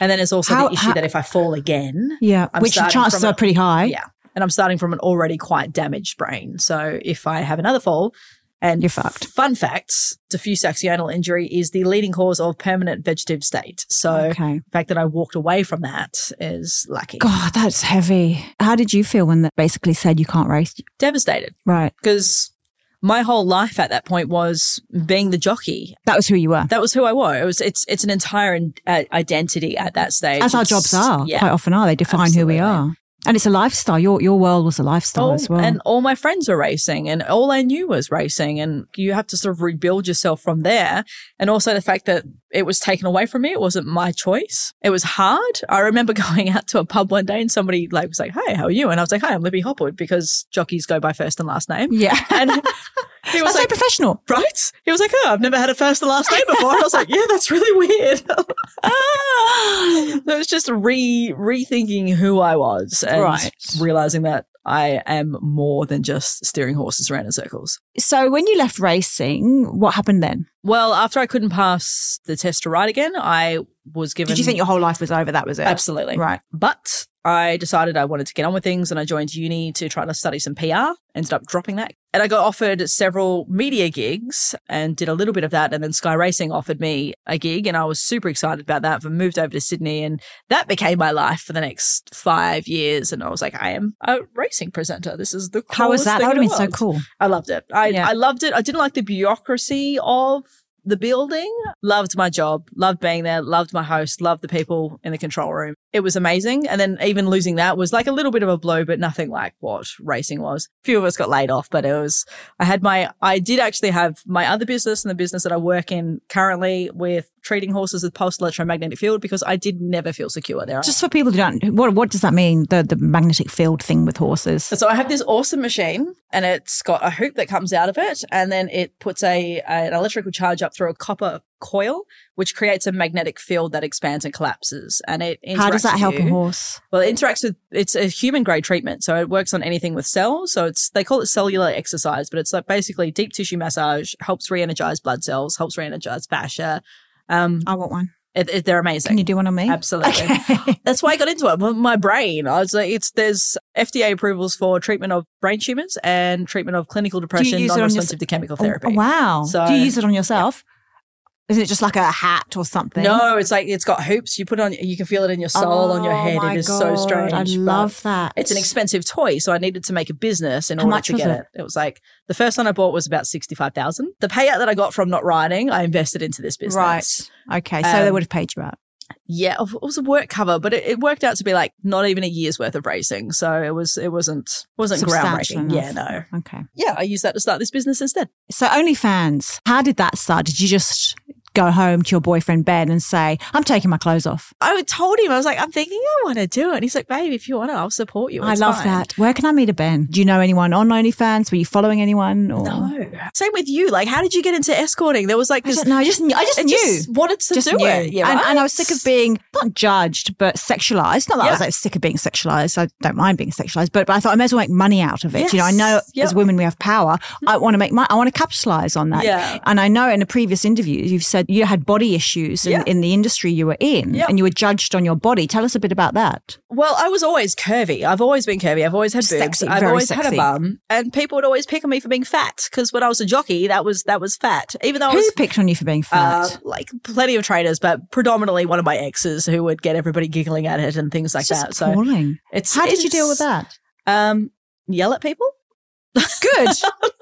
Speaker 3: And then it's also
Speaker 2: How-
Speaker 3: the issue
Speaker 2: how-
Speaker 3: that if I fall again,
Speaker 2: Yeah.
Speaker 3: I'm
Speaker 2: Which the
Speaker 3: starting
Speaker 2: chances
Speaker 3: from
Speaker 2: are
Speaker 3: a-
Speaker 2: pretty high.
Speaker 3: Yeah. and I'm starting from an already quite damaged brain. So if I have another fall, and
Speaker 2: You're fucked.
Speaker 3: Fun fact: diffuse axonal injury is the leading cause of permanent vegetative state. So
Speaker 2: Okay.
Speaker 3: the fact that I walked away from that is lucky.
Speaker 2: God, that's heavy. How did you feel when that basically said you can't race?
Speaker 3: Devastated
Speaker 2: Right.
Speaker 3: because my whole life at that point was being the jockey.
Speaker 2: That was who you were.
Speaker 3: That was who I was. It was it's it's an entire in, uh, identity at that stage.
Speaker 2: As our
Speaker 3: It's-
Speaker 2: jobs are,
Speaker 3: Yeah.
Speaker 2: quite often are. They define who we
Speaker 3: absolutely.
Speaker 2: are. And it's a lifestyle. Your your world was a lifestyle as well.
Speaker 3: Oh, And all my friends were racing, and all I knew was racing. And you have to sort of rebuild yourself from there. And also the fact that it was taken away from me, it wasn't my choice. It was hard. I remember going out to a pub one day, and somebody like was like, "Hey, how are you?" And I was like, "Hi, I'm Libby Hopwood," because jockeys go by first and last name.
Speaker 2: yeah.
Speaker 3: And he was
Speaker 2: That's so
Speaker 3: like.
Speaker 2: professional.
Speaker 3: Right? He was like, Oh, I've never had a first and last name before. And I was like, Yeah, that's really weird. so it's just re rethinking who I was and
Speaker 2: Right.
Speaker 3: realizing that I am more than just steering horses around in circles.
Speaker 2: So when you left racing, what happened then?
Speaker 3: Well, after I couldn't pass the test to ride again, I was given.
Speaker 2: Did you think your whole life was over? That was it.
Speaker 3: Absolutely.
Speaker 2: Right.
Speaker 3: But I decided I wanted to get on with things and I joined uni to try to study some PR. Ended up dropping that. And I got offered several media gigs and did a little bit of that. And then Sky Racing offered me a gig and I was super excited about that. But moved over to Sydney and that became my life for the next five years. And I was like, I am a racing presenter. This is the coolest
Speaker 2: How was that?
Speaker 3: thing
Speaker 2: That would
Speaker 3: in
Speaker 2: have
Speaker 3: the
Speaker 2: been so
Speaker 3: world.
Speaker 2: cool.
Speaker 3: I loved it. I,
Speaker 2: Yeah.
Speaker 3: I loved it. I didn't like the bureaucracy of the building. Loved my job, loved being there, loved my host, loved the people in the control room. It was amazing. And then even losing that was like a little bit of a blow, but nothing like what racing was. A few of us got laid off, but it was, I had my, I did actually have my other business and the business that I work in currently with treating horses with pulse electromagnetic field because I did never feel secure there.
Speaker 2: Just for people who don't, what what does that mean? The the magnetic field thing with horses.
Speaker 3: So I have this awesome machine and it's got a hoop that comes out of it and then it puts a an electrical charge up through a copper coil which creates a magnetic field that expands and collapses and it interacts
Speaker 2: How does that
Speaker 3: with
Speaker 2: help
Speaker 3: you.
Speaker 2: a horse?
Speaker 3: Well, it interacts with it's a human grade treatment, so it works on anything with cells. So it's they call it cellular exercise, but it's like basically deep tissue massage helps re-energize blood cells, helps re-energize fascia. Um,
Speaker 2: I want one.
Speaker 3: It, it- they're
Speaker 2: Can
Speaker 3: amazing.
Speaker 2: you do one on me?
Speaker 3: Absolutely.
Speaker 2: Okay.
Speaker 3: That's why I got into it. Well, My brain. I was like, it's there's FDA approvals for treatment of brain tumors and treatment of clinical depression
Speaker 2: use it on your-
Speaker 3: non-responsive to chemical therapy.
Speaker 2: Oh, wow.
Speaker 3: So-
Speaker 2: do you use it on yourself? Is it just like a hat or something?
Speaker 3: No, it's like it's got hoops. You put it on, you can feel it in your soul, on your
Speaker 2: Oh
Speaker 3: head.
Speaker 2: my
Speaker 3: It is so
Speaker 2: God,
Speaker 3: strange.
Speaker 2: I
Speaker 3: but
Speaker 2: love that.
Speaker 3: It's an expensive toy, so I needed to make a business in
Speaker 2: How
Speaker 3: order
Speaker 2: much
Speaker 3: to
Speaker 2: was
Speaker 3: get
Speaker 2: it?
Speaker 3: it. It was like the first one I bought was about sixty five thousand. The payout that I got from not writing, I invested into this business.
Speaker 2: Right. Okay. So they
Speaker 3: Um,
Speaker 2: would have paid you out.
Speaker 3: Yeah, it was a work cover, but it, it worked out to be like not even a year's worth of racing. So it was it wasn't wasn't
Speaker 2: Substantial
Speaker 3: groundbreaking. Yeah,
Speaker 2: enough.
Speaker 3: no.
Speaker 2: Okay.
Speaker 3: Yeah, I used that to start this business instead.
Speaker 2: So OnlyFans, how did that start? Did you just go home to your boyfriend Ben and say, I'm taking my clothes off?
Speaker 3: I told him I was like, I'm thinking I want to do it. And he's like, babe, if you want it, I'll support you.
Speaker 2: I
Speaker 3: It's
Speaker 2: love
Speaker 3: fine."
Speaker 2: that. Where can I meet a Ben? Do you know anyone on OnlyFans? Were you following anyone? Or?
Speaker 3: No. Same with you. Like, how did you get into escorting? There was like
Speaker 2: I
Speaker 3: this.
Speaker 2: just, no, I just, knew- I just
Speaker 3: I
Speaker 2: knew.
Speaker 3: just wanted to
Speaker 2: just
Speaker 3: do
Speaker 2: knew.
Speaker 3: it. Yeah,
Speaker 2: and,
Speaker 3: right?
Speaker 2: and I was sick of being not judged, but sexualized. Not that I was
Speaker 3: Yeah.
Speaker 2: like sick of being sexualized. I don't mind being sexualized, but, but I thought I may as well make money out of it. You know, I know
Speaker 3: Yes.
Speaker 2: as
Speaker 3: Yep.
Speaker 2: women we have power. I want to make money. I want to capitalize on that.
Speaker 3: Yeah.
Speaker 2: And I know in a previous interview you've said you had body issues in,
Speaker 3: Yeah.
Speaker 2: in the industry you were in,
Speaker 3: Yeah.
Speaker 2: and you were judged on your body. Tell us a bit about that.
Speaker 3: Well, I was always curvy. I've always been curvy. I've always had boobs.
Speaker 2: Sexy,
Speaker 3: I've
Speaker 2: very
Speaker 3: always had
Speaker 2: sexy.
Speaker 3: a bum, and people would always pick on me for being fat because when I was a jockey, that was that was fat. Even though I
Speaker 2: Who
Speaker 3: was
Speaker 2: picked on you for being fat?
Speaker 3: uh, like plenty of trainers, but predominantly one of my exes who would get everybody giggling at it and things like
Speaker 2: it's just
Speaker 3: that. So
Speaker 2: appalling.
Speaker 3: it's
Speaker 2: How did you deal with
Speaker 3: it's,
Speaker 2: that?
Speaker 3: Um, yell at people.
Speaker 2: Good.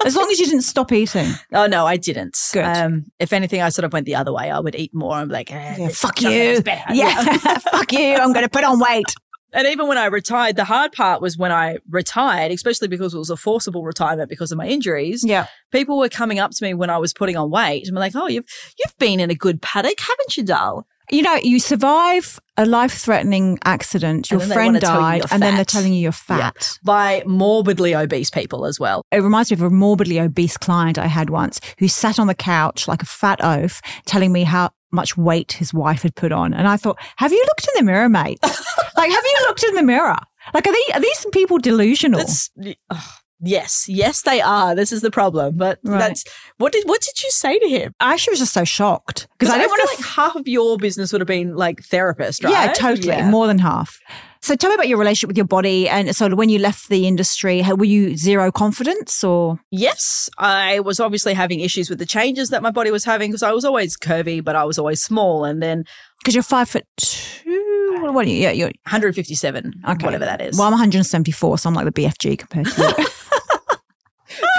Speaker 2: as long as you didn't stop eating.
Speaker 3: Oh no, I didn't.
Speaker 2: Good.
Speaker 3: Um, if anything, I sort of went the other way. I would eat more. I'm like, eh,
Speaker 2: Yeah,
Speaker 3: this
Speaker 2: fuck
Speaker 3: chocolate
Speaker 2: you.
Speaker 3: is better.
Speaker 2: Yeah. Fuck you. I'm going to put on weight.
Speaker 3: And even when I retired, the hard part was when I retired, especially because it was a forcible retirement because of my injuries.
Speaker 2: Yeah.
Speaker 3: People were coming up to me when I was putting on weight and were like, "Oh, you've you've been in a good paddock, haven't you, doll?"
Speaker 2: You know, you survive a life threatening accident, your
Speaker 3: And then they
Speaker 2: friend
Speaker 3: wanna tell you
Speaker 2: died,
Speaker 3: you're
Speaker 2: and then
Speaker 3: fat.
Speaker 2: they're telling you you're fat.
Speaker 3: By morbidly obese people as well.
Speaker 2: It reminds me of a morbidly obese client I had once who sat on the couch like a fat oaf telling me how much weight his wife had put on. And I thought, have you looked in the mirror, mate? like, have you looked in the mirror? Like, are, they, are these people delusional?
Speaker 3: That's ugh. yes, yes, they are. This is the problem. But
Speaker 2: Right.
Speaker 3: that's what did what did you say to him?
Speaker 2: I actually was just so shocked because
Speaker 3: Because
Speaker 2: I
Speaker 3: I
Speaker 2: didn't
Speaker 3: feel
Speaker 2: want to
Speaker 3: like half of your business would have been like therapist, right?
Speaker 2: Yeah, totally.
Speaker 3: Yeah.
Speaker 2: More than half. So tell me about your relationship with your body. And so when you left the industry, how- were you zero confidence or?
Speaker 3: Yes, I was obviously having issues with the changes that my body was having because I was always curvy, but I was always small. And then
Speaker 2: Because you're five foot two. What are you? Yeah, you're
Speaker 3: 157,
Speaker 2: okay.
Speaker 3: whatever that is.
Speaker 2: Well, I'm 174, so I'm like the BFG compared to you.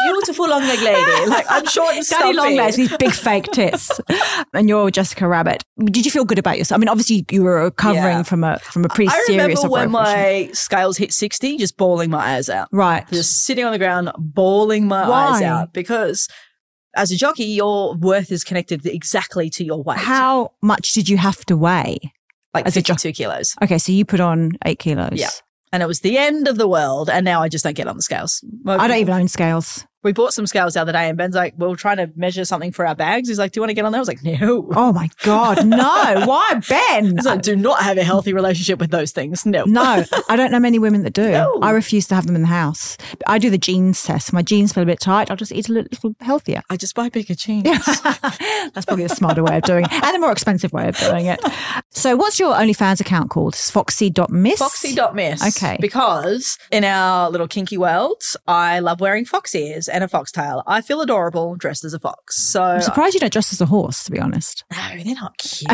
Speaker 3: beautiful long leg lady. Like I'm short and
Speaker 2: Daddy
Speaker 3: stumpy.
Speaker 2: long legs, these big fake tits, and you're Jessica Rabbit. Did you feel good about yourself? I mean, obviously you were recovering
Speaker 3: Yeah.
Speaker 2: from a from a pretty
Speaker 3: I
Speaker 2: serious
Speaker 3: remember when
Speaker 2: operation.
Speaker 3: my scales hit 60, just bawling my eyes out.
Speaker 2: right.
Speaker 3: Just sitting on the ground, bawling my eyes
Speaker 2: Why?
Speaker 3: out because as a jockey, your worth is connected exactly to your weight.
Speaker 2: How much did you have to weigh?
Speaker 3: Like
Speaker 2: as a jock-
Speaker 3: 52 kilos.
Speaker 2: Okay, so you put on eight kilos.
Speaker 3: Yeah. And it was the end of the world. And now I just don't get on the scales. My-
Speaker 2: I don't even own scales.
Speaker 3: We bought some scales the other day, and Ben's like, "We are trying to measure something for our bags." He's like, "Do you want to get on there?" I was like, "No."
Speaker 2: Oh my God, no. Why, Ben?
Speaker 3: He's like, "Do not have a healthy relationship with those things." No.
Speaker 2: No, I don't know many women that do.
Speaker 3: No.
Speaker 2: I refuse to have them in the house. I do the jeans test. If My jeans feel a bit tight. I'll just eat a little, little healthier.
Speaker 3: I just buy bigger jeans.
Speaker 2: That's probably a smarter way of doing it and a more expensive way of doing it. So, what's your OnlyFans account called? It's foxy.miss.
Speaker 3: Foxy.miss.
Speaker 2: Okay.
Speaker 3: Because in our little kinky world, I love wearing fox ears and a foxtail. I feel adorable dressed as a fox. So,
Speaker 2: I'm surprised you don't dress as a horse, to be honest.
Speaker 3: no, they're not cute.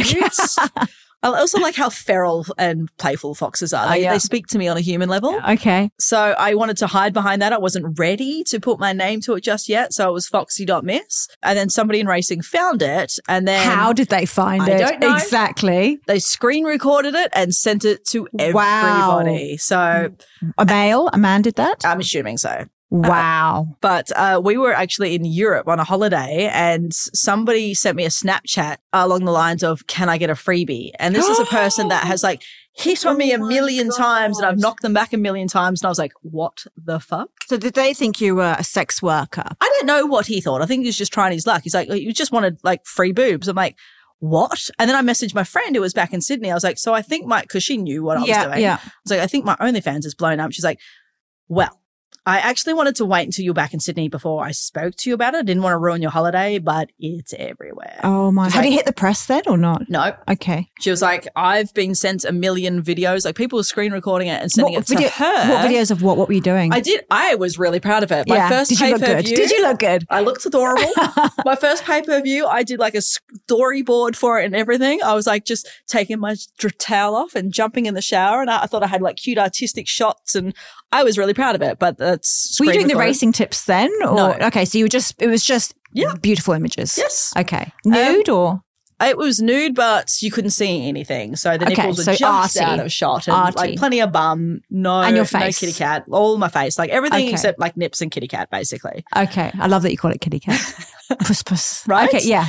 Speaker 3: I also like how feral and playful foxes are.
Speaker 2: Oh,
Speaker 3: They,
Speaker 2: yeah.
Speaker 3: they speak to me on a human level.
Speaker 2: Okay.
Speaker 3: So I wanted to hide behind that. I wasn't ready to put my name to it just yet. So it was foxy.miss. And then somebody in racing found it. And then
Speaker 2: How did they find
Speaker 3: I
Speaker 2: it?
Speaker 3: don't know.
Speaker 2: Exactly.
Speaker 3: they screen recorded it and sent it to
Speaker 2: Wow.
Speaker 3: everybody. So
Speaker 2: A male, a man did that?
Speaker 3: I'm assuming so.
Speaker 2: wow.
Speaker 3: But uh, we were actually in Europe on a holiday and somebody sent me a Snapchat along the lines of, Can I get a freebie? And this is a person that has like hit on me a
Speaker 2: Oh my
Speaker 3: million times and I've
Speaker 2: God.
Speaker 3: knocked them back a million times. And I was like, What the fuck?
Speaker 2: So, did they think you were a sex worker?
Speaker 3: I don't know what he thought. I think he was just trying his luck. He's like, you just wanted like free boobs. I'm like, what? And then I messaged my friend who was back in Sydney. I was like, so I think my, cause she knew what I was
Speaker 2: yeah,
Speaker 3: doing.
Speaker 2: yeah.
Speaker 3: I was like, I think my OnlyFans is blown up. She's like, well, I actually wanted to wait until you're back in Sydney before I spoke to you about it. I didn't want to ruin your holiday, but it's everywhere.
Speaker 2: Oh my! Had he hit the press then or not?
Speaker 3: No,
Speaker 2: Okay.
Speaker 3: she was like, I've been sent a million videos. Like people were screen recording it and sending it to
Speaker 2: video-
Speaker 3: her.
Speaker 2: what videos of what? What were you doing?
Speaker 3: I did. I was really proud of it. My first
Speaker 2: Did you
Speaker 3: pay
Speaker 2: look
Speaker 3: per
Speaker 2: good?
Speaker 3: view.
Speaker 2: Did you look good?
Speaker 3: I looked adorable. my first pay per view, I did like a storyboard for it and everything. I was like just taking my dr- towel off and jumping in the shower, and I, I thought I had like cute artistic shots, and I was really proud of it. But that's
Speaker 2: Were you
Speaker 3: screen
Speaker 2: doing the
Speaker 3: recorded.
Speaker 2: racing tips then? Or
Speaker 3: No.
Speaker 2: okay, so you were just it was just
Speaker 3: Yeah. Um,
Speaker 2: beautiful images.
Speaker 3: Yes,
Speaker 2: Okay. Nude or
Speaker 3: it was nipped, but you couldn't see anything, so the
Speaker 2: Okay,
Speaker 3: nipples were
Speaker 2: so
Speaker 3: just
Speaker 2: arty.
Speaker 3: out of shot, and
Speaker 2: Arty.
Speaker 3: like plenty of bum, no,
Speaker 2: And your
Speaker 3: no
Speaker 2: face.
Speaker 3: kitty cat, all my face, like everything
Speaker 2: Okay.
Speaker 3: except like nips and kitty cat, basically.
Speaker 2: okay. I love that you call it kitty cat. puss puss.
Speaker 3: Right?
Speaker 2: Okay, yeah.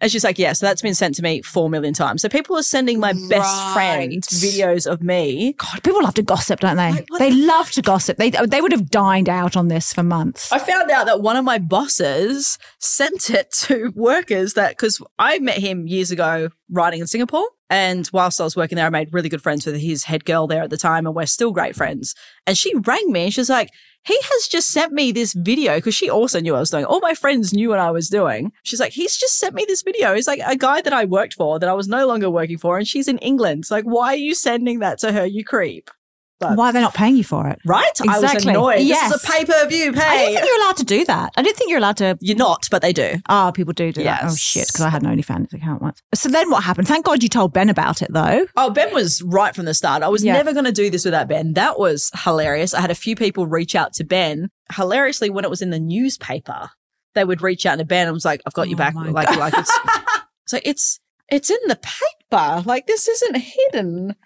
Speaker 3: And she's like, yeah, so that's been sent to me four million times. So people are sending my best friend
Speaker 2: Right.
Speaker 3: videos of me.
Speaker 2: God, people love to gossip, don't they?
Speaker 3: Like, what
Speaker 2: they
Speaker 3: the
Speaker 2: love to gossip. They they would have dined out on this for months.
Speaker 3: I found out that one of my bosses sent it to workers that because I met him years ago riding in Singapore. And whilst I was working there, I made really good friends with his head girl there at the time, and we're still great friends. And she rang me and she's like, he has just sent me this video because she also knew what I was doing. All my friends knew what I was doing. She's like, he's just sent me this video. He's like a guy that I worked for that I was no longer working for, and she's in England. It's like, why are you sending that to her, you creep? I-
Speaker 2: Why are they not paying you for it?
Speaker 3: Right? I was
Speaker 2: Exactly.
Speaker 3: annoyed.
Speaker 2: Yes.
Speaker 3: This is a pay per view
Speaker 2: I don't
Speaker 3: pay.
Speaker 2: think you're allowed to do that. I don't think you're allowed to
Speaker 3: You're not, but they do.
Speaker 2: Oh, people do do that. Oh
Speaker 3: Yes.
Speaker 2: shit, because I had an OnlyFans account once. So then what happened? Thank God you told Ben about it though.
Speaker 3: Oh, Ben was right from the start. I was
Speaker 2: Yeah.
Speaker 3: never going to do this without Ben. That was hilarious. I had a few people reach out to Ben. Hilariously, when it was in the newspaper, they would reach out to Ben and was like, "I've got you
Speaker 2: Oh
Speaker 3: back."
Speaker 2: my
Speaker 3: Like, like it's, it's like it's it's in the paper. Like this isn't hidden.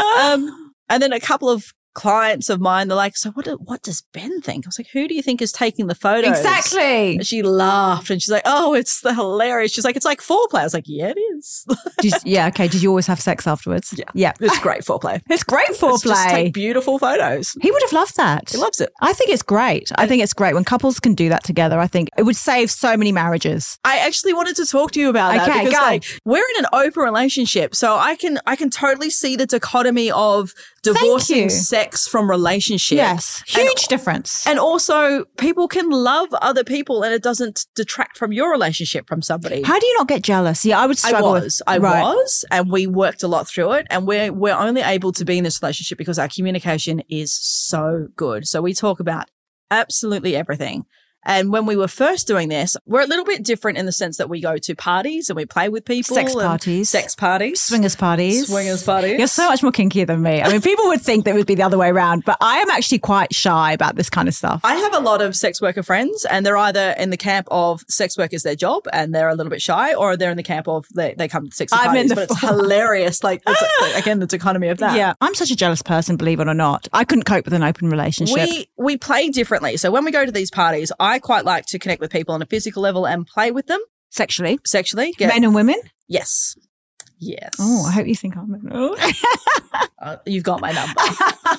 Speaker 3: Um, and then a couple of clients of mine, they're like, "So what? Do, what does Ben think?" I was like, "Who do you think is taking the photos?"
Speaker 2: Exactly.
Speaker 3: And she laughed and she's like, "Oh, it's the hilarious." She's like, "It's like foreplay." I was like, "Yeah, it is.
Speaker 2: Did you- yeah, okay. Did you always have sex afterwards?
Speaker 3: Yeah.
Speaker 2: Yeah.
Speaker 3: it's great foreplay."
Speaker 2: It's great
Speaker 3: Let's Just
Speaker 2: foreplay.
Speaker 3: take beautiful photos.
Speaker 2: He would have loved that.
Speaker 3: He loves it.
Speaker 2: I think it's great. I think it's great when couples can do that together. I think it would save so many marriages.
Speaker 3: I actually wanted to talk to you about that
Speaker 2: Okay,
Speaker 3: because
Speaker 2: go.
Speaker 3: like we're in an open relationship, so I can I can totally see the dichotomy of divorcing
Speaker 2: you.
Speaker 3: sex from relationship. And-
Speaker 2: Huge difference.
Speaker 3: And also, people can love other people, and it doesn't detract from your relationship from somebody.
Speaker 2: How do you not get jealous? Yeah, I would
Speaker 3: I
Speaker 2: struggle.
Speaker 3: was,
Speaker 2: with,
Speaker 3: I
Speaker 2: Right.
Speaker 3: was, and we worked a lot through it. And we're we're only able to be in this relationship because our communication is so good. So we talk about absolutely everything. And when we were first doing this, we're a little bit different in the sense that we go to parties and we play with people,
Speaker 2: Sex
Speaker 3: and
Speaker 2: parties.
Speaker 3: sex parties,
Speaker 2: Swingers parties.
Speaker 3: swingers parties.
Speaker 2: You're so much more kinkier than me. I mean, people would think that it would be the other way around, but I am actually quite shy about this kind of stuff.
Speaker 3: I have a lot of sex worker friends, and they're either in the camp of sex work is their job, and they're a little bit shy, or they're in the camp of they, they come to sex
Speaker 2: I'm
Speaker 3: parties.
Speaker 2: in the
Speaker 3: but it's
Speaker 2: former.
Speaker 3: hilarious, like it's, again the economy of that.
Speaker 2: Yeah, I'm such a jealous person, believe it or not. I couldn't cope with an open relationship.
Speaker 3: We we play differently. So when we go to these parties, I quite like to connect with people on a physical level and play with them
Speaker 2: sexually,
Speaker 3: sexually. Get-
Speaker 2: men and women.
Speaker 3: Yes. Yes.
Speaker 2: Oh, I hope you think I'm. Oh.
Speaker 3: Uh, you've got my number.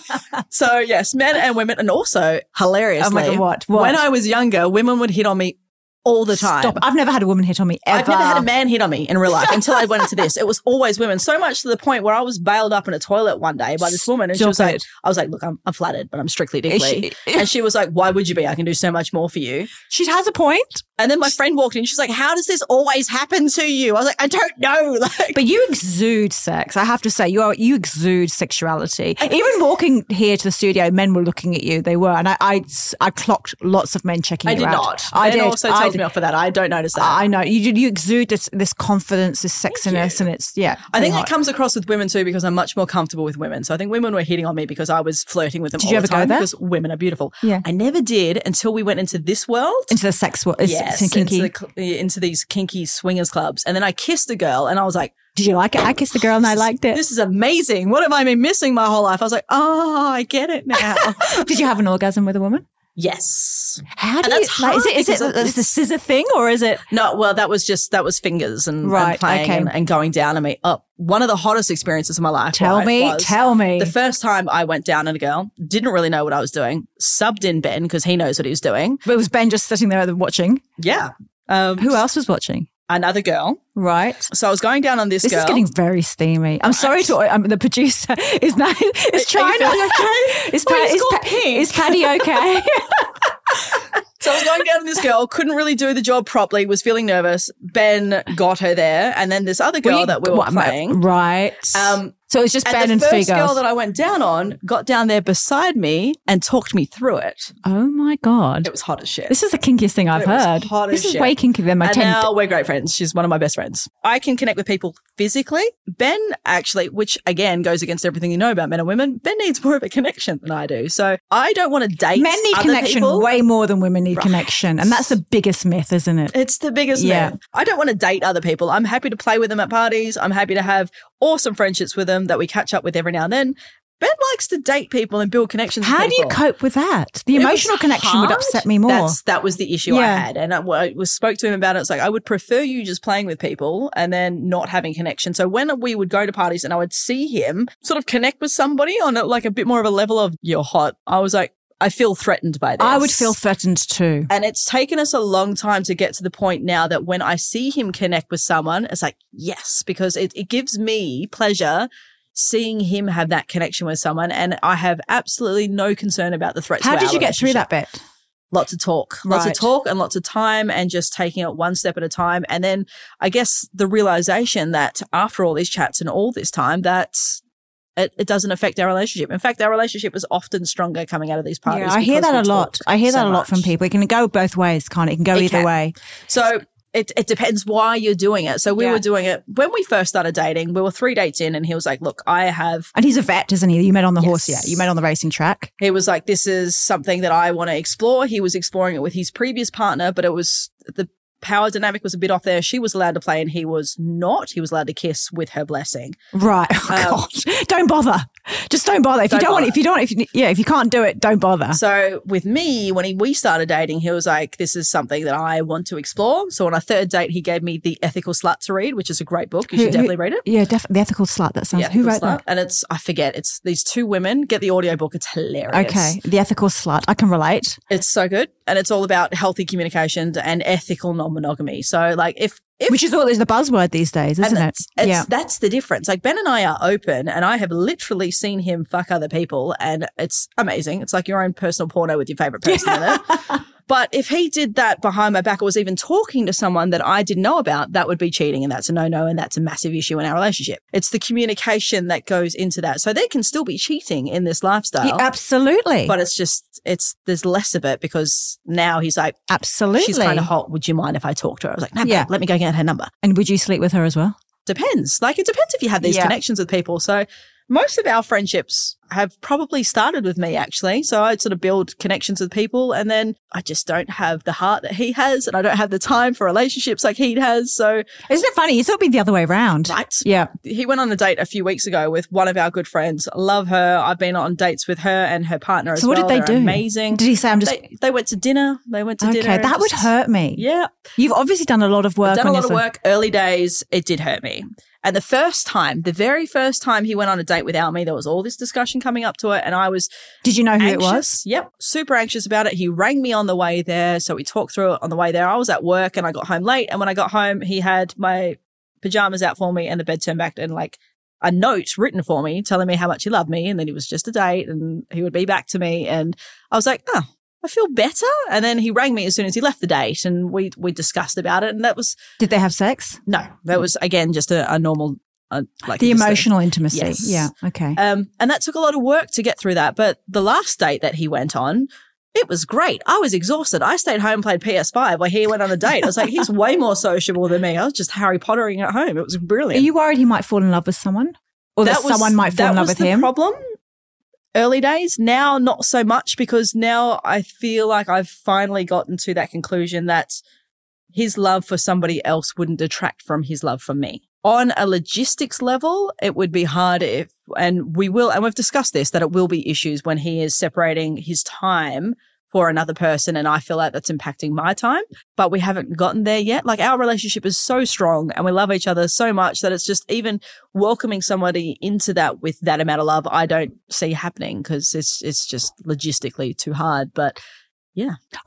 Speaker 3: so yes, men and women, and also hilariously,
Speaker 2: Oh my God, what? What?
Speaker 3: when I was younger, women would hit on me all the time.
Speaker 2: Stop. I've never had a woman hit on me ever.
Speaker 3: I've never had a man hit on me in real life until I went into this. It was always women, so much to the point where I was bailed up in a toilet one day by this woman, and she
Speaker 2: Stop
Speaker 3: was like,
Speaker 2: it.
Speaker 3: "I was like, look, I'm, I'm flattered, but I'm strictly
Speaker 2: Is
Speaker 3: dickly."
Speaker 2: she-
Speaker 3: and she was like, "Why would you be? I can do so much more for you."
Speaker 2: She has a point,
Speaker 3: And then my friend walked in. She's like, "How does this always happen to you?" I was like, "I don't know." Like,
Speaker 2: but you exude sex. I have to say, you are you exude sexuality. Even walking here to the studio, men were looking at you. They were, and I I, I clocked lots of men checking.
Speaker 3: I
Speaker 2: you
Speaker 3: did
Speaker 2: out.
Speaker 3: not.
Speaker 2: I
Speaker 3: ben
Speaker 2: did.
Speaker 3: also
Speaker 2: I
Speaker 3: told
Speaker 2: did.
Speaker 3: me off for that. I don't notice that.
Speaker 2: I know you. You exude this, this confidence, this sexiness, and it's yeah.
Speaker 3: I think that
Speaker 2: hot.
Speaker 3: comes across with women too because I'm much more comfortable with women. So I think women were hitting on me because I was flirting with them
Speaker 2: Did
Speaker 3: all
Speaker 2: you
Speaker 3: the
Speaker 2: ever go
Speaker 3: time
Speaker 2: there?
Speaker 3: because women are beautiful.
Speaker 2: Yeah.
Speaker 3: I never did until we went into this world.
Speaker 2: into the sex world. Yes,
Speaker 3: yes,
Speaker 2: kinky.
Speaker 3: Into, the, cl- into these kinky swingers clubs. And then I kissed a girl and I was like,
Speaker 2: Did you like it? I kissed the girl and I liked it.
Speaker 3: this is amazing. What have I been missing my whole life? I was like, oh, I get it now.
Speaker 2: Did you have an orgasm with a woman?
Speaker 3: yes.
Speaker 2: How do you?
Speaker 3: And that's
Speaker 2: like, is
Speaker 3: hard
Speaker 2: it is
Speaker 3: because
Speaker 2: it
Speaker 3: of-
Speaker 2: is the scissor thing or is it?
Speaker 3: No, well, that was just, that was fingers and, and
Speaker 2: Right,
Speaker 3: playing
Speaker 2: okay.
Speaker 3: and, and going down and me up. One of the hottest experiences of my life.
Speaker 2: Tell
Speaker 3: right,
Speaker 2: me,
Speaker 3: was-
Speaker 2: tell me.
Speaker 3: The first time I went down on a girl, didn't really know what I was doing. Subbed in Ben because he knows what he was doing.
Speaker 2: But it was Ben just sitting there watching.
Speaker 3: Yeah. Um,
Speaker 2: Who else was watching?
Speaker 3: another girl.
Speaker 2: Right.
Speaker 3: So I was going down on this,
Speaker 2: This
Speaker 3: girl.
Speaker 2: is getting very steamy. I'm sorry to. I'm the producer is not. Is
Speaker 3: Are- are
Speaker 2: trying
Speaker 3: you
Speaker 2: to.
Speaker 3: feeling okay?
Speaker 2: Is,
Speaker 3: Oh,
Speaker 2: pa-
Speaker 3: it's
Speaker 2: is,
Speaker 3: got
Speaker 2: Pa-
Speaker 3: pink.
Speaker 2: is Paddy okay?
Speaker 3: So I was going down on this girl, couldn't really do the job properly, was feeling nervous. Ben got her there, and then this other girl that we were
Speaker 2: What,
Speaker 3: playing.
Speaker 2: Right.
Speaker 3: Um,
Speaker 2: so it's just Ben
Speaker 3: and
Speaker 2: and
Speaker 3: the
Speaker 2: three
Speaker 3: first girl
Speaker 2: girls.
Speaker 3: that I went down on got down there beside me and talked me through it.
Speaker 2: oh my god.
Speaker 3: It was hot as shit.
Speaker 2: This is the kinkiest thing I've
Speaker 3: It was
Speaker 2: heard.
Speaker 3: hot
Speaker 2: This
Speaker 3: as
Speaker 2: is
Speaker 3: shit.
Speaker 2: way kinkier than my
Speaker 3: and
Speaker 2: ten.
Speaker 3: now we're great friends. She's one of my best friends. I can connect with people physically. Ben actually, which again goes against everything you know about men and women, Ben needs more of a connection than I do. So I don't want to date
Speaker 2: Men need
Speaker 3: other
Speaker 2: connection
Speaker 3: people.
Speaker 2: way more than women need
Speaker 3: Right.
Speaker 2: connection, and that's the biggest myth, isn't it?
Speaker 3: It's the biggest
Speaker 2: Yeah.
Speaker 3: yeah. I don't want to date other people. I'm happy to play with them at parties. I'm happy to have awesome friendships with them that we catch up with every now and then. Ben likes to date people and build connections. with
Speaker 2: How do you
Speaker 3: people.
Speaker 2: cope with that? The
Speaker 3: It was
Speaker 2: emotional connection would
Speaker 3: hard.
Speaker 2: upset me more.
Speaker 3: That's that was the issue I
Speaker 2: Yeah.
Speaker 3: had, and I, well, I was spoke to him about it. It's like I would prefer you just playing with people and then not having connection. So when we would go to parties and I would see him sort of connect with somebody on a, like a bit more of a level of you're hot, I was like, I feel threatened by this.
Speaker 2: I would feel threatened too.
Speaker 3: And it's taken us a long time to get to the point now that when I see him connect with someone, it's like, yes, because it, it gives me pleasure seeing him have that connection with someone. And I have absolutely no concern about the threats.
Speaker 2: How
Speaker 3: to
Speaker 2: did
Speaker 3: our
Speaker 2: you get through
Speaker 3: relationship.
Speaker 2: that bit?
Speaker 3: Lots of talk, lots
Speaker 2: Right.
Speaker 3: of talk and lots of time and just taking it one step at a time. And then I guess the realization that after all these chats and all this time, that it, it doesn't affect our relationship. In fact, our relationship is often stronger coming out of these parties.
Speaker 2: Yeah, I hear
Speaker 3: because
Speaker 2: that
Speaker 3: we
Speaker 2: a lot.
Speaker 3: talk
Speaker 2: I hear
Speaker 3: so
Speaker 2: that a lot from
Speaker 3: much.
Speaker 2: people. It can go both ways, can't it? It can go
Speaker 3: It
Speaker 2: either
Speaker 3: can.
Speaker 2: way.
Speaker 3: So it, it depends why you're doing it. So we
Speaker 2: Yeah.
Speaker 3: were doing it when we first started dating. We were three dates in, and he was like, "Look, I have."
Speaker 2: And he's a vet, isn't he? You met on the horse, yeah.
Speaker 3: Yes.
Speaker 2: You met on the racing track.
Speaker 3: He was like, "This is something that I want to explore." He was exploring it with his previous partner, but it was the power dynamic was a bit off there. She was allowed to play, and he was not. He was allowed to kiss with her blessing.
Speaker 2: Right. Oh,
Speaker 3: Um,
Speaker 2: God. Don't bother. Just don't bother. If you
Speaker 3: Don't
Speaker 2: don't want it,
Speaker 3: bother.
Speaker 2: if you don't, if you, yeah, if you can't do it, don't bother.
Speaker 3: So with me, when he, we started dating, he was like, "This is something that I want to explore." So on our third date, he gave me the Ethical Slut to read, which is a great book. You
Speaker 2: Who-
Speaker 3: should
Speaker 2: who-
Speaker 3: definitely read it.
Speaker 2: Yeah, definitely. The ethical slut. That sounds.
Speaker 3: Yeah,
Speaker 2: who
Speaker 3: Ethical
Speaker 2: wrote
Speaker 3: Slut. And it's I forget. It's these two women. Get the audiobook. It's
Speaker 2: that?
Speaker 3: hilarious.
Speaker 2: Okay, the ethical slut. I can relate.
Speaker 3: It's so good. And it's all about healthy communication and ethical non monogamy. So like if if
Speaker 2: Which is all is the buzzword these days,
Speaker 3: and
Speaker 2: isn't it?
Speaker 3: that's, it's-
Speaker 2: yeah.
Speaker 3: that's the difference. Like Ben and I are open and I have literally seen him fuck other people and it's amazing. It's like your own personal porno with your favorite person in it. But if he did that behind my back or was even talking to someone that I didn't know about, that would be cheating and that's a no-no and that's a massive issue in our relationship. It's the communication that goes into that. So there can still be cheating in this lifestyle.
Speaker 2: Yeah, absolutely.
Speaker 3: but it's just it's there's less of it because now he's like
Speaker 2: absolutely.
Speaker 3: she's kind of hot would you mind if i talk to her i was like no
Speaker 2: Yeah.
Speaker 3: yeah. let me go get her number
Speaker 2: And would you sleep with her as well?
Speaker 3: depends like it depends if you have these
Speaker 2: Yeah.
Speaker 3: connections with people so most of our friendships have probably started with me actually so i sort of build connections with people and then i just don't have the heart that he has and i don't have the time for relationships like he has so
Speaker 2: Isn't it funny? You thought it'd be the other way around.
Speaker 3: right
Speaker 2: Yeah.
Speaker 3: he went on a date a few weeks ago with one of our good friends love her i've been on dates with her and her partner
Speaker 2: So
Speaker 3: as
Speaker 2: what did
Speaker 3: well.
Speaker 2: they
Speaker 3: They're
Speaker 2: do?
Speaker 3: amazing
Speaker 2: Did he say I'm just
Speaker 3: they, they went to dinner. They went to
Speaker 2: okay?
Speaker 3: dinner. and
Speaker 2: that would
Speaker 3: just-
Speaker 2: hurt me.
Speaker 3: Yeah,
Speaker 2: You've obviously done a lot of work.
Speaker 3: done
Speaker 2: on
Speaker 3: a lot of
Speaker 2: yourself.
Speaker 3: work early days. It did hurt me. And the first time, the very first time he went on a date without me, there was all this discussion coming up to it, and I was
Speaker 2: Did you know who
Speaker 3: anxious.
Speaker 2: it was?
Speaker 3: Yep, super anxious about it. He rang me on the way there, so we talked through it on the way there. I was at work and I got home late, and when I got home, he had my pajamas out for me and the bed turned back and like a note written for me telling me how much he loved me and that it was just a date and he would be back to me and I was like, oh, I feel better. And then he rang me as soon as he left the date and we we discussed about it and that was
Speaker 2: Did they have sex?
Speaker 3: no, that was again just a, a normal uh, like
Speaker 2: The
Speaker 3: just a-
Speaker 2: emotional intimacy.
Speaker 3: Yes.
Speaker 2: Yeah. Okay.
Speaker 3: um, and that took a lot of work to get through that. But the last date that he went on, it was great. I was exhausted. I stayed home, played PS5 while he went on a date. I was like, he's way more sociable than me. I was just Harry Pottering at home. It was
Speaker 2: Are
Speaker 3: brilliant.
Speaker 2: you worried he might fall in love with someone, or that,
Speaker 3: was-
Speaker 2: someone might fall
Speaker 3: that
Speaker 2: in love
Speaker 3: was
Speaker 2: with
Speaker 3: the
Speaker 2: him?
Speaker 3: problem early days. Now, not so much because now I feel like I've finally gotten to that conclusion that his love for somebody else wouldn't detract from his love for me. On a logistics level, it would be hard if, and we will, and we've discussed this, that it will be issues when he is separating his time for another person. And I feel like that's impacting my time, but we haven't gotten there yet. Like our relationship is so strong and we love each other so much that it's just even welcoming somebody into that with that amount of love, I don't see happening because it's, it's just logistically too hard. But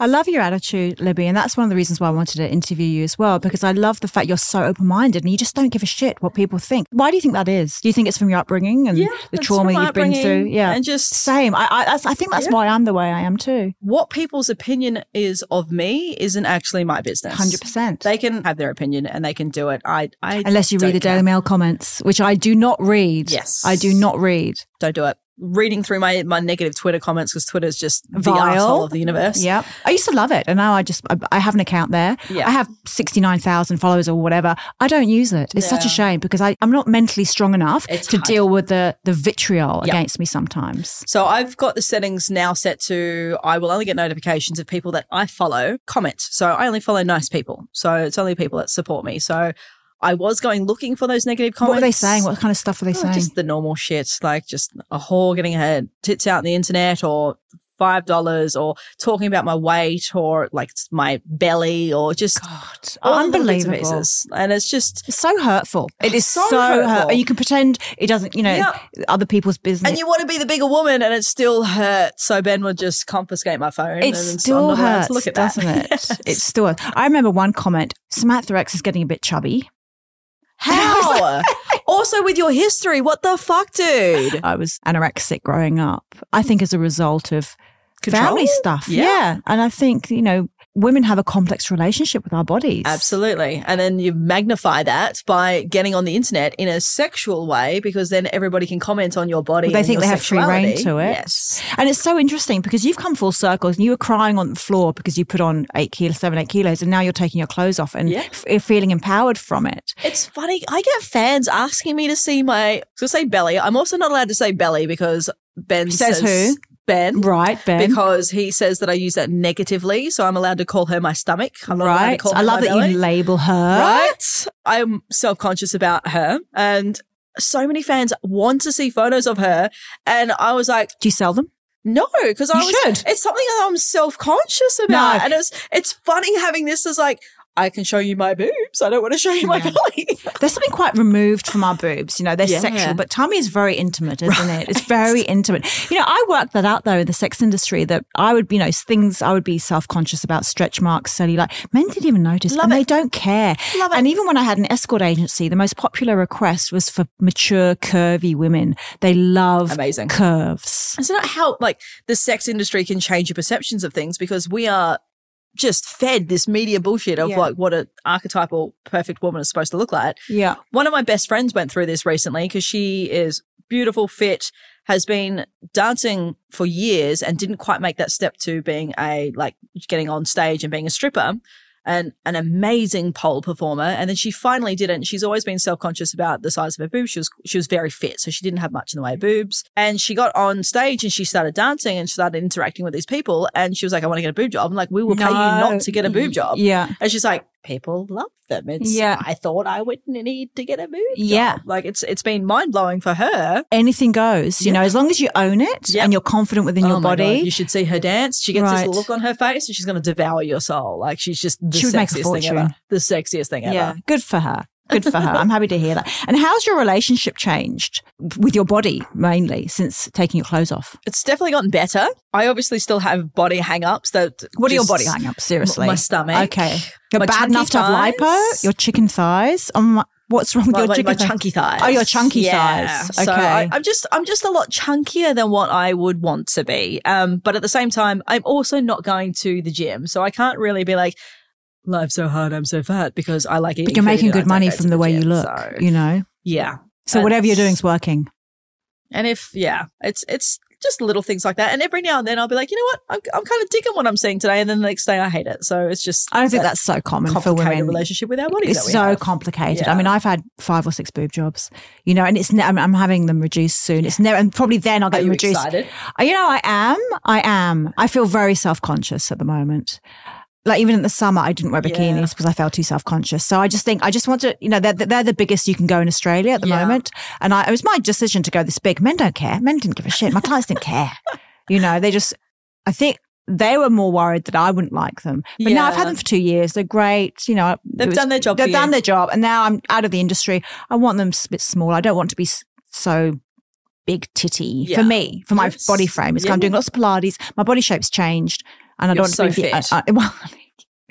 Speaker 2: I love your attitude, Libby, and that's one of the reasons why I wanted to interview you as well, because I love the fact you're so open minded and you just don't give a shit what people think. Why do you think that is? Do you think it's from your upbringing and the
Speaker 3: that's
Speaker 2: trauma
Speaker 3: from
Speaker 2: you've been through?
Speaker 3: upbringing
Speaker 2: Yeah.
Speaker 3: And just
Speaker 2: Same. I I, that's, I think that's
Speaker 3: Yeah.
Speaker 2: why I'm the way I am too.
Speaker 3: what people's opinion is of me isn't actually my business.
Speaker 2: Hundred percent.
Speaker 3: They can have their opinion and they can do it. I, I
Speaker 2: Unless you
Speaker 3: don't
Speaker 2: read the Daily
Speaker 3: care.
Speaker 2: Mail comments, which I do not read.
Speaker 3: Yes.
Speaker 2: I do not read.
Speaker 3: don't do it. Reading through my, my negative Twitter comments because Twitter is just the
Speaker 2: Vile.
Speaker 3: asshole of the universe.
Speaker 2: Yep. I used to love it, and now I just I, I have an account there.
Speaker 3: Yeah.
Speaker 2: I have sixty nine thousand followers or whatever. I don't use it. It's such a
Speaker 3: Yeah.
Speaker 2: shame because I I'm not mentally strong enough
Speaker 3: It's
Speaker 2: to
Speaker 3: hard.
Speaker 2: deal with the the vitriol
Speaker 3: Yeah.
Speaker 2: against me sometimes.
Speaker 3: So I've got the settings now set to I will only get notifications of people that I follow comment. So I only follow nice people. So it's only people that support me. So I was going looking for those negative comments.
Speaker 2: What were they saying? What kind of stuff were they
Speaker 3: Oh,
Speaker 2: saying?
Speaker 3: Just the normal shit, like just a whore getting her tits out on the internet or five dollars or talking about my weight or like my belly or just
Speaker 2: God,
Speaker 3: all the little bits and
Speaker 2: unbelievable.
Speaker 3: pieces. And it's just
Speaker 2: It's so hurtful. It is so,
Speaker 3: So
Speaker 2: hurtful.
Speaker 3: hurtful.
Speaker 2: You can pretend it doesn't, you know,
Speaker 3: Yeah.
Speaker 2: other people's business.
Speaker 3: and you want to be the bigger woman and it still hurts. So Ben would just confiscate my phone
Speaker 2: It
Speaker 3: and so I'm
Speaker 2: still
Speaker 3: not allowed
Speaker 2: hurts,
Speaker 3: to look at that.
Speaker 2: doesn't it?
Speaker 3: Yes.
Speaker 2: It still. hurts. I remember one comment: Samantha X is getting a bit chubby. I was,
Speaker 3: How? also, with your history, what the fuck, dude?
Speaker 2: I was anorexic growing up. I think as a result of family stuff. Yeah.
Speaker 3: Yeah.
Speaker 2: and I think you know women have a complex relationship with our bodies.
Speaker 3: Absolutely. And then you magnify that by getting on the internet in a sexual way because then everybody can comment on your body.
Speaker 2: Well, they
Speaker 3: and
Speaker 2: think
Speaker 3: your
Speaker 2: they have free rein
Speaker 3: sexuality.
Speaker 2: to it.
Speaker 3: Yes.
Speaker 2: And it's so interesting because you've come full circle and you were crying on the floor because you put on eight kilos, seven, eight kilos, and now you're taking your clothes off and
Speaker 3: Yeah.
Speaker 2: f- feeling empowered from it.
Speaker 3: It's funny. I get fans asking me to see my, to say belly. I'm also not allowed to say belly because Ben
Speaker 2: Says
Speaker 3: says,
Speaker 2: who?
Speaker 3: Ben.
Speaker 2: Right, Ben?
Speaker 3: Because he says that I use that negatively, so I'm allowed to call her my stomach. I'm not allowed to
Speaker 2: right.
Speaker 3: call her
Speaker 2: I love
Speaker 3: my
Speaker 2: that
Speaker 3: belly.
Speaker 2: you label her.
Speaker 3: right? I'm self conscious about her. And so many fans want to see photos of her. And I was like,
Speaker 2: Do you sell them?
Speaker 3: no, because I
Speaker 2: You
Speaker 3: was,
Speaker 2: should.
Speaker 3: it's something that I'm self conscious about.
Speaker 2: No.
Speaker 3: And it's, it's funny having this as like, I can show you my boobs. I don't want to show you my
Speaker 2: Yeah.
Speaker 3: belly.
Speaker 2: There's something quite removed from our boobs. You know, they're
Speaker 3: Yeah.
Speaker 2: sexual, but tummy is very intimate, isn't it? It's very intimate. You know, I worked that out though in the sex industry that I would, you know, things I would be self conscious about stretch marks, cellulite. Men didn't even notice
Speaker 3: Love
Speaker 2: and they
Speaker 3: it.
Speaker 2: don't care.
Speaker 3: Love it.
Speaker 2: And even when I had an escort agency, the most popular request was for mature, curvy women. They love
Speaker 3: Amazing.
Speaker 2: curves.
Speaker 3: It's not how like the sex industry can change your perceptions of things because we are just fed this media bullshit of
Speaker 2: Yeah.
Speaker 3: like what an archetypal perfect woman is supposed to look like.
Speaker 2: Yeah.
Speaker 3: One of my best friends went through this recently because she is beautiful, fit, has been dancing for years and didn't quite make that step to being a like getting on stage and being a stripper and an amazing pole performer. And then she finally didn't. She's always been self conscious about the size of her boobs. She was she was very fit, so she didn't have much in the way of boobs. And she got on stage and she started dancing and she started interacting with these people. And she was like, "I want to get a boob job." I'm like, "We will pay you not to get a boob job."
Speaker 2: Yeah.
Speaker 3: And she's like, people love them. It's
Speaker 2: Yeah.
Speaker 3: yeah. I thought I would need to get a boob.
Speaker 2: Yeah.
Speaker 3: job." Like it's it's been mind blowing for her.
Speaker 2: Anything goes, you know, as long as you own it
Speaker 3: Yep.
Speaker 2: and you're confident within
Speaker 3: Oh
Speaker 2: your
Speaker 3: my God,
Speaker 2: body.
Speaker 3: You should see her dance. She gets
Speaker 2: Right.
Speaker 3: this look on her face and she's gonna devour your soul. Like she's just the
Speaker 2: She would make a
Speaker 3: sexiest thing ever.
Speaker 2: fortune.
Speaker 3: The sexiest thing ever.
Speaker 2: Yeah, good for her. Good for her. I'm happy to hear that. And how's your relationship changed with your body mainly since taking your clothes off?
Speaker 3: It's definitely gotten better. I obviously still have body hang ups that
Speaker 2: What
Speaker 3: just-
Speaker 2: are your body hang ups? Seriously.
Speaker 3: My stomach.
Speaker 2: Okay. You're
Speaker 3: My
Speaker 2: bad
Speaker 3: chunky
Speaker 2: enough to have lipo,
Speaker 3: thighs.
Speaker 2: your chicken thighs. Oh my, what's wrong with
Speaker 3: My,
Speaker 2: your
Speaker 3: my,
Speaker 2: chicken
Speaker 3: my
Speaker 2: thighs?
Speaker 3: chunky thighs.
Speaker 2: Oh, your chunky thighs.
Speaker 3: So
Speaker 2: Okay.
Speaker 3: I, I'm just I'm just a lot chunkier than what I would want to be. Um, but at the same time, I'm also not going to the gym, so I can't really be like, life's so hard, I'm so fat because I like eating.
Speaker 2: But you're
Speaker 3: food
Speaker 2: making
Speaker 3: and I
Speaker 2: good
Speaker 3: don't
Speaker 2: money
Speaker 3: go to
Speaker 2: from the way you
Speaker 3: gym,
Speaker 2: look,
Speaker 3: so-
Speaker 2: you know?
Speaker 3: yeah,
Speaker 2: So
Speaker 3: And
Speaker 2: whatever you're
Speaker 3: it's-
Speaker 2: doing's working.
Speaker 3: and if yeah, it's it's just little things like that. And every now and then, I'll be like, you know what, I'm I'm kind of digging what I'm seeing today, and then the next day I hate it. So it's just
Speaker 2: I don't think
Speaker 3: that
Speaker 2: that's so common for
Speaker 3: complicated
Speaker 2: women.
Speaker 3: relationship with our bodies.
Speaker 2: It's
Speaker 3: that we
Speaker 2: so
Speaker 3: have.
Speaker 2: complicated. I
Speaker 3: Yeah.
Speaker 2: mean, I've had five or six boob jobs, you know, and it's ne- I'm, I'm having them reduced soon. It's never, and probably then I'll
Speaker 3: Are
Speaker 2: get
Speaker 3: you
Speaker 2: reduced.
Speaker 3: excited?
Speaker 2: Uh, You know, I am. I am. I feel very self conscious at the moment. Like even in the summer, I didn't wear bikinis
Speaker 3: Yeah.
Speaker 2: because I felt too self conscious. So I just think I just want to, you know, they're, they're the biggest you can go in Australia at the
Speaker 3: Yeah.
Speaker 2: moment. And I, it was my decision to go this big. Men don't care. Men didn't give a shit. My clients didn't care. You know, they just, I think they were more worried that I wouldn't like them. But now I've had
Speaker 3: Yeah.
Speaker 2: them for two years. They're great. You know, it
Speaker 3: They've
Speaker 2: was-
Speaker 3: done their job.
Speaker 2: They've
Speaker 3: for
Speaker 2: done
Speaker 3: you.
Speaker 2: their job, and now I'm out of the industry. I want them a bit small. I don't want to be s- so big titty
Speaker 3: Yeah.
Speaker 2: for me, for my
Speaker 3: Yes.
Speaker 2: body frame. It's
Speaker 3: Yeah.
Speaker 2: I'm doing lots of Pilates. My body shape's changed. And I
Speaker 3: You're
Speaker 2: don't
Speaker 3: so
Speaker 2: want to be-
Speaker 3: fit.
Speaker 2: I- I- well,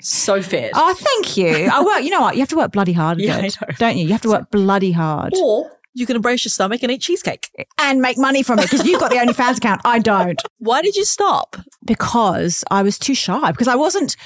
Speaker 3: So fit.
Speaker 2: oh, thank you. I work. You know what? You have to work bloody hard,
Speaker 3: Yeah, I
Speaker 2: Judge,
Speaker 3: know.
Speaker 2: don't you? You have to work bloody hard
Speaker 3: or you can embrace your stomach and eat cheesecake.
Speaker 2: and make money from it because you've got the OnlyFans account. I don't.
Speaker 3: Why did you stop?
Speaker 2: because I was too shy because I wasn't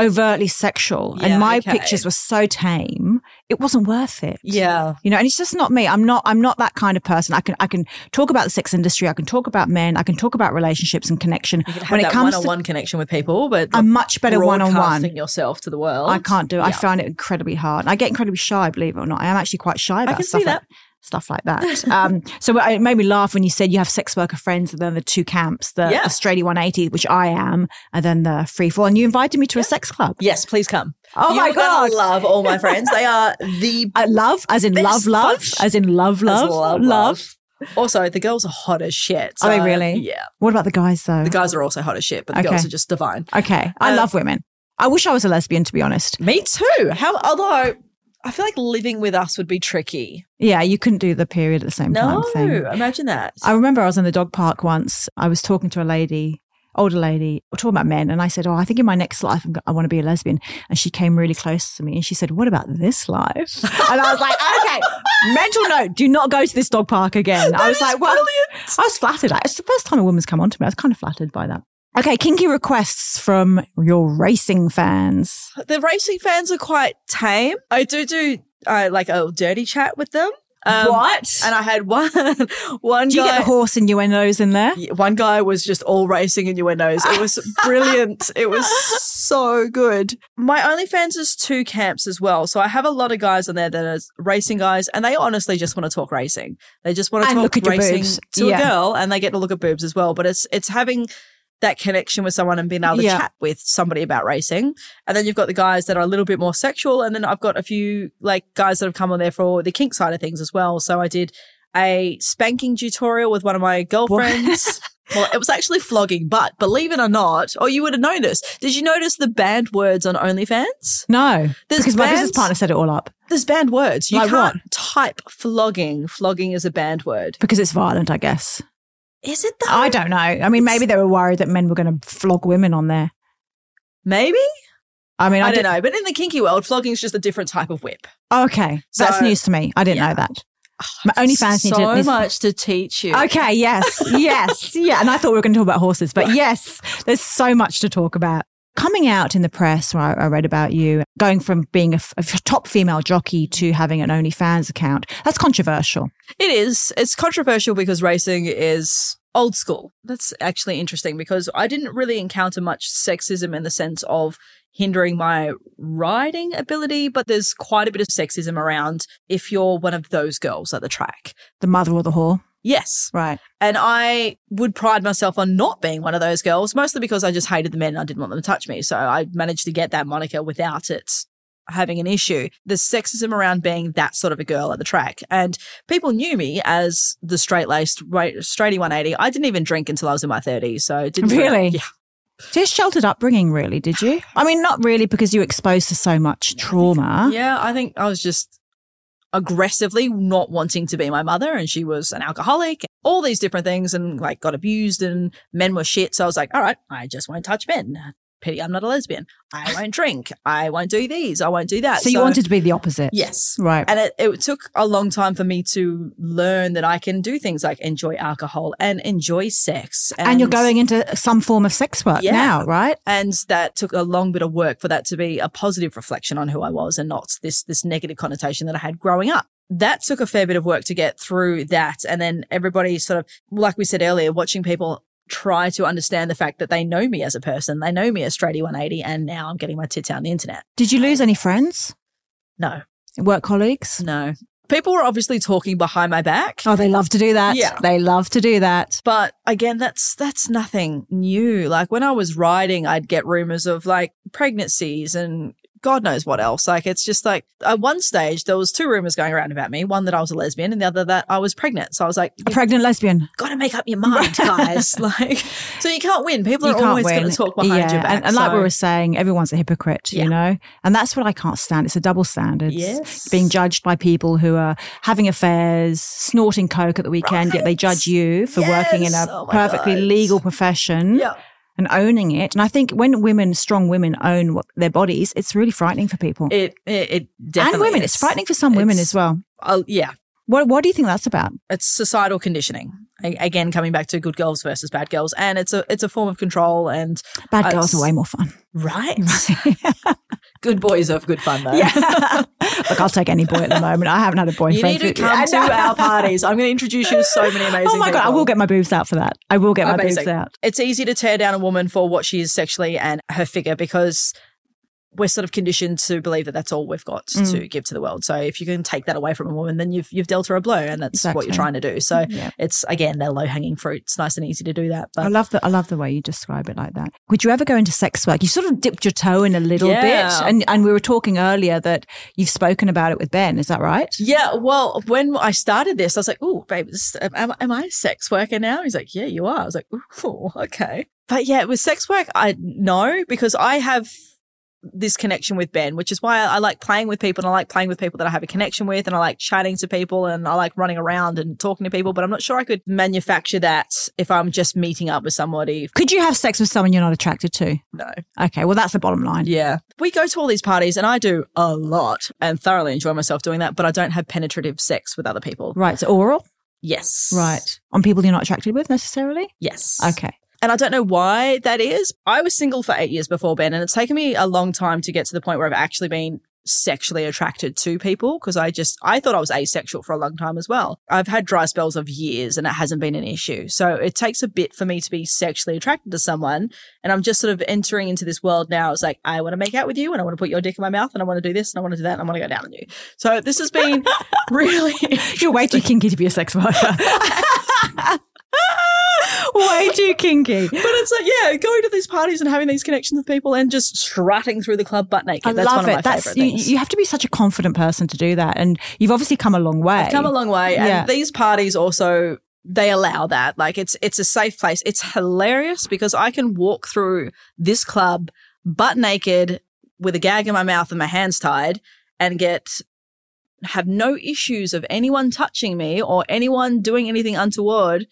Speaker 2: overtly sexual
Speaker 3: Yeah,
Speaker 2: and my
Speaker 3: okay.
Speaker 2: pictures were so tame it wasn't worth it
Speaker 3: Yeah.
Speaker 2: you know and it's just not me i'm not i'm not that kind of person i can i can talk about the sex industry i can talk about men i can talk about relationships and connection
Speaker 3: You can have
Speaker 2: when it
Speaker 3: that
Speaker 2: comes to
Speaker 3: one-on-one connection with people, but
Speaker 2: a much better one-on-one
Speaker 3: broadcasting yourself to the world.
Speaker 2: i can't do it. i
Speaker 3: Yeah.
Speaker 2: find it incredibly hard i get incredibly shy believe it or not i am actually quite shy about
Speaker 3: can
Speaker 2: stuff
Speaker 3: see
Speaker 2: like
Speaker 3: that.
Speaker 2: Stuff like that. Um, so it made me laugh when you said you have sex worker friends and then the two camps, the
Speaker 3: Yeah.
Speaker 2: Australia 180, which I am, and then the free fall. And you invited me to a sex club.
Speaker 3: Yes, please come.
Speaker 2: Oh my
Speaker 3: You're gonna
Speaker 2: God.
Speaker 3: love all my friends. They are the
Speaker 2: I love, as in love,
Speaker 3: Best
Speaker 2: love,
Speaker 3: bunch.
Speaker 2: as in love, love, love,
Speaker 3: love, also the girls are hot as shit.
Speaker 2: Are they
Speaker 3: so-
Speaker 2: really?
Speaker 3: Yeah.
Speaker 2: What about the guys though?
Speaker 3: The guys are also hot as shit, but the
Speaker 2: Okay.
Speaker 3: girls are just divine.
Speaker 2: okay, I
Speaker 3: Uh,
Speaker 2: love women. I wish I was a lesbian, to be honest.
Speaker 3: Me too. How although I feel like living with us would be tricky.
Speaker 2: Yeah, you couldn't do the period at the same
Speaker 3: No,
Speaker 2: time thing.
Speaker 3: imagine that.
Speaker 2: I remember I was in the dog park once. I was talking to a lady, older lady, we're talking about men, and I said, "Oh, I think in my next life I'm go- I want to be a lesbian." And she came really close to me, and she said, "What about this life?" And I was like, "Okay, mental note: do not go to this dog park again." I was like, "Well, I was flattered. It's the first time a woman's come on to me. I was kind of flattered by that." Okay, kinky requests from your racing fans.
Speaker 3: the racing fans are quite tame. I do do uh, like a little dirty chat with them.
Speaker 2: what?
Speaker 3: Um, And I had one one
Speaker 2: Do you
Speaker 3: guy.
Speaker 2: get the horse innuendos in there?
Speaker 3: Yeah, One guy was just all racing innuendos. It was brilliant. It was so good. My OnlyFans is two camps as well. So I have a lot of guys on there that are racing guys, and they honestly just want to talk racing. They just want to
Speaker 2: And
Speaker 3: talk
Speaker 2: look at your
Speaker 3: racing
Speaker 2: boobs.
Speaker 3: to
Speaker 2: Yeah.
Speaker 3: a girl, and they get to look at boobs as well. But it's it's having that connection with someone and being able to
Speaker 2: Yeah.
Speaker 3: chat with somebody about racing. And then you've got the guys that are a little bit more sexual. And then I've got a few like guys that have come on there for the kink side of things as well. So I did a spanking tutorial with one of my girlfriends. well, it was actually flogging, but believe it or not, or you would have noticed, did you notice the banned words on OnlyFans?
Speaker 2: No,
Speaker 3: There's
Speaker 2: because my business
Speaker 3: bands-
Speaker 2: partner set it all up
Speaker 3: There's banned words. You
Speaker 2: Like
Speaker 3: can't type flogging. Flogging is a banned word.
Speaker 2: because it's violent, I guess.
Speaker 3: Is it though?
Speaker 2: I don't know. I mean, maybe they were worried that men were going to flog women on there.
Speaker 3: Maybe?
Speaker 2: I mean,
Speaker 3: I,
Speaker 2: I, did-
Speaker 3: don't know. But in the kinky world, flogging is just a different type of whip.
Speaker 2: Okay, that's
Speaker 3: So-
Speaker 2: news to me. I didn't
Speaker 3: Yeah. Oh,
Speaker 2: know that. My only fans
Speaker 3: so
Speaker 2: need to. needs-
Speaker 3: much to teach you.
Speaker 2: Okay. Yes. Yes. yeah. And I thought we were going to talk about horses, but yes, there's so much to talk about. Coming out in the press, where I, I read about you going from being a, f- a f- top female jockey to having an OnlyFans account. That's controversial.
Speaker 3: It is. It's controversial because racing is old school. That's actually interesting because I didn't really encounter much sexism in the sense of hindering my riding ability, but there's quite a bit of sexism around if you're one of those girls at the track.
Speaker 2: The mother or the whore,
Speaker 3: Yes.
Speaker 2: right?
Speaker 3: And I would pride myself on not being one of those girls, mostly because I just hated the men and I didn't want them to touch me. So I managed to get that moniker without it having an issue. There's sexism around being that sort of a girl at the track. And people knew me as the straight laced, straighty 180. I didn't even drink until I was in my 30s. So it didn't
Speaker 2: Really?
Speaker 3: Yeah.
Speaker 2: Just sheltered upbringing, really? Did you? I mean, not really, because you were exposed to so much trauma.
Speaker 3: Yeah, I think I was just aggressively not wanting to be my mother and she was an alcoholic, all these different things and like got abused and men were shit. So I was like, all right, I just won't touch men. Pity I'm not a lesbian. I won't drink. I won't do these. I won't do that.
Speaker 2: So, you wanted to be the opposite,
Speaker 3: Yes.
Speaker 2: Right.
Speaker 3: And it, it took a long time for me to learn that I can do things like enjoy alcohol and enjoy sex.
Speaker 2: and, you're going into some form of sex work
Speaker 3: Yeah.
Speaker 2: now, right?
Speaker 3: and that took a long bit of work for that to be a positive reflection on who I was and not this this negative connotation that I had growing up. That took a fair bit of work to get through that and then everybody sort of like we said earlier watching people try to understand the fact that they know me as a person, they know me as straighty 180 and now I'm getting my tits out on the internet.
Speaker 2: Did you lose any friends,
Speaker 3: No.
Speaker 2: work colleagues?
Speaker 3: No. People were obviously talking behind my back.
Speaker 2: Oh, they love to do that.
Speaker 3: Yeah.
Speaker 2: They love to do that.
Speaker 3: But again, that's that's nothing new. Like when I was riding, I'd get rumors of like pregnancies and God knows what else. Like it's just like at one stage there was two rumors going around about me. One that I was a lesbian, and the other that I was pregnant. So I was like,
Speaker 2: A
Speaker 3: you
Speaker 2: pregnant lesbian.
Speaker 3: got to make up your mind, guys. like so you can't win. People
Speaker 2: you
Speaker 3: are
Speaker 2: can't
Speaker 3: always
Speaker 2: win.
Speaker 3: going to talk behind
Speaker 2: yeah.
Speaker 3: your back.
Speaker 2: And, and like
Speaker 3: so-
Speaker 2: we were saying, everyone's a hypocrite,
Speaker 3: Yeah.
Speaker 2: you know? And that's what I can't stand. It's a double standard.
Speaker 3: Yes.
Speaker 2: Being judged by people who are having affairs, snorting coke at the weekend, yet they
Speaker 3: Right.
Speaker 2: judge you for working in a
Speaker 3: Yes. Oh my
Speaker 2: perfectly
Speaker 3: God.
Speaker 2: legal profession.
Speaker 3: yeah.
Speaker 2: and owning it. And I think when women, strong women, own what, their bodies, it's really frightening for people.
Speaker 3: It it, it definitely
Speaker 2: and women,
Speaker 3: is.
Speaker 2: it's frightening for some women
Speaker 3: It's-
Speaker 2: as well.
Speaker 3: Oh, yeah,
Speaker 2: What What do you think that's about?
Speaker 3: it's societal conditioning. I, again, coming back to good girls versus bad girls, and it's a it's a form of control. And
Speaker 2: Bad
Speaker 3: Uh,
Speaker 2: girls are
Speaker 3: it's-
Speaker 2: way more fun.
Speaker 3: right, good boys have good fun though.
Speaker 2: yeah. Look, I'll take any boy at the moment. I haven't had a
Speaker 3: you
Speaker 2: boyfriend.
Speaker 3: need to
Speaker 2: for-
Speaker 3: come
Speaker 2: I
Speaker 3: to
Speaker 2: know.
Speaker 3: our parties. I'm going to introduce you to so many amazing.
Speaker 2: Oh my god, I
Speaker 3: people.
Speaker 2: will get my boobs out for that. I will get my boobs
Speaker 3: Amazing.
Speaker 2: out.
Speaker 3: It's easy to tear down a woman for what she is sexually and her figure because we're sort of conditioned to believe that that's all we've got
Speaker 2: Mm.
Speaker 3: to give to the world. So if you can take that away from a woman, then you've you've dealt her a blow, and that's what you're
Speaker 2: Exactly.
Speaker 3: trying to do. So
Speaker 2: Yeah.
Speaker 3: it's again, they're low hanging fruit. It's nice and easy to do that,
Speaker 2: I
Speaker 3: but
Speaker 2: love the I love the way you describe it like that. Would you ever go into sex work? You sort of dipped your toe in a little
Speaker 3: Yeah.
Speaker 2: bit, and and we were talking earlier that you've spoken about it with Ben. Is that right?
Speaker 3: Yeah, well, when I started this, I was like, "Oh, babe, this, am, am I a sex worker now?" He's like, "Yeah, you are." I was like, "Ooh, okay." But yeah, with sex work, I know because I have this connection with Ben, which is why I, I like playing with people and I like playing with people that I have a connection with, and I like chatting to people and I like running around and talking to people. But I'm not sure I could manufacture that if I'm just meeting up with somebody.
Speaker 2: Could you have sex with someone you're not attracted to?
Speaker 3: No.
Speaker 2: Okay, well that's the bottom line.
Speaker 3: Yeah. We go to all these parties and I do a lot and thoroughly enjoy myself doing that, but I don't have penetrative sex with other people.
Speaker 2: Right, so oral,
Speaker 3: Yes.
Speaker 2: right, on people you're not attracted with necessarily.
Speaker 3: Yes.
Speaker 2: Okay,
Speaker 3: And I don't know why that is. I was single for eight years before Ben, and it's taken me a long time to get to the point where I've actually been sexually attracted to people because I just, I thought I was asexual for a long time as well. I've had dry spells of years and it hasn't been an issue. So it takes a bit for me to be sexually attracted to someone. And I'm just sort of entering into this world now. It's like, I want to make out with you and I want to put your dick in my mouth and I want to do this and I want to do that and I want to go down on you. So this has been really
Speaker 2: you're way too kinky to be a sex worker. way too kinky.
Speaker 3: But it's like, yeah, going to these parties and having these connections with people and just strutting through the club butt naked.
Speaker 2: I
Speaker 3: That's
Speaker 2: love
Speaker 3: one of
Speaker 2: it.
Speaker 3: my
Speaker 2: That's
Speaker 3: favorite
Speaker 2: you,
Speaker 3: things.
Speaker 2: you have to be such a confident person to do that, and you've obviously come a long way.
Speaker 3: I've come a long way.
Speaker 2: Yeah.
Speaker 3: And these parties also they allow that. Like it's it's a safe place. It's hilarious because I can walk through this club butt naked with a gag in my mouth and my hands tied and get have no issues of anyone touching me or anyone doing anything untoward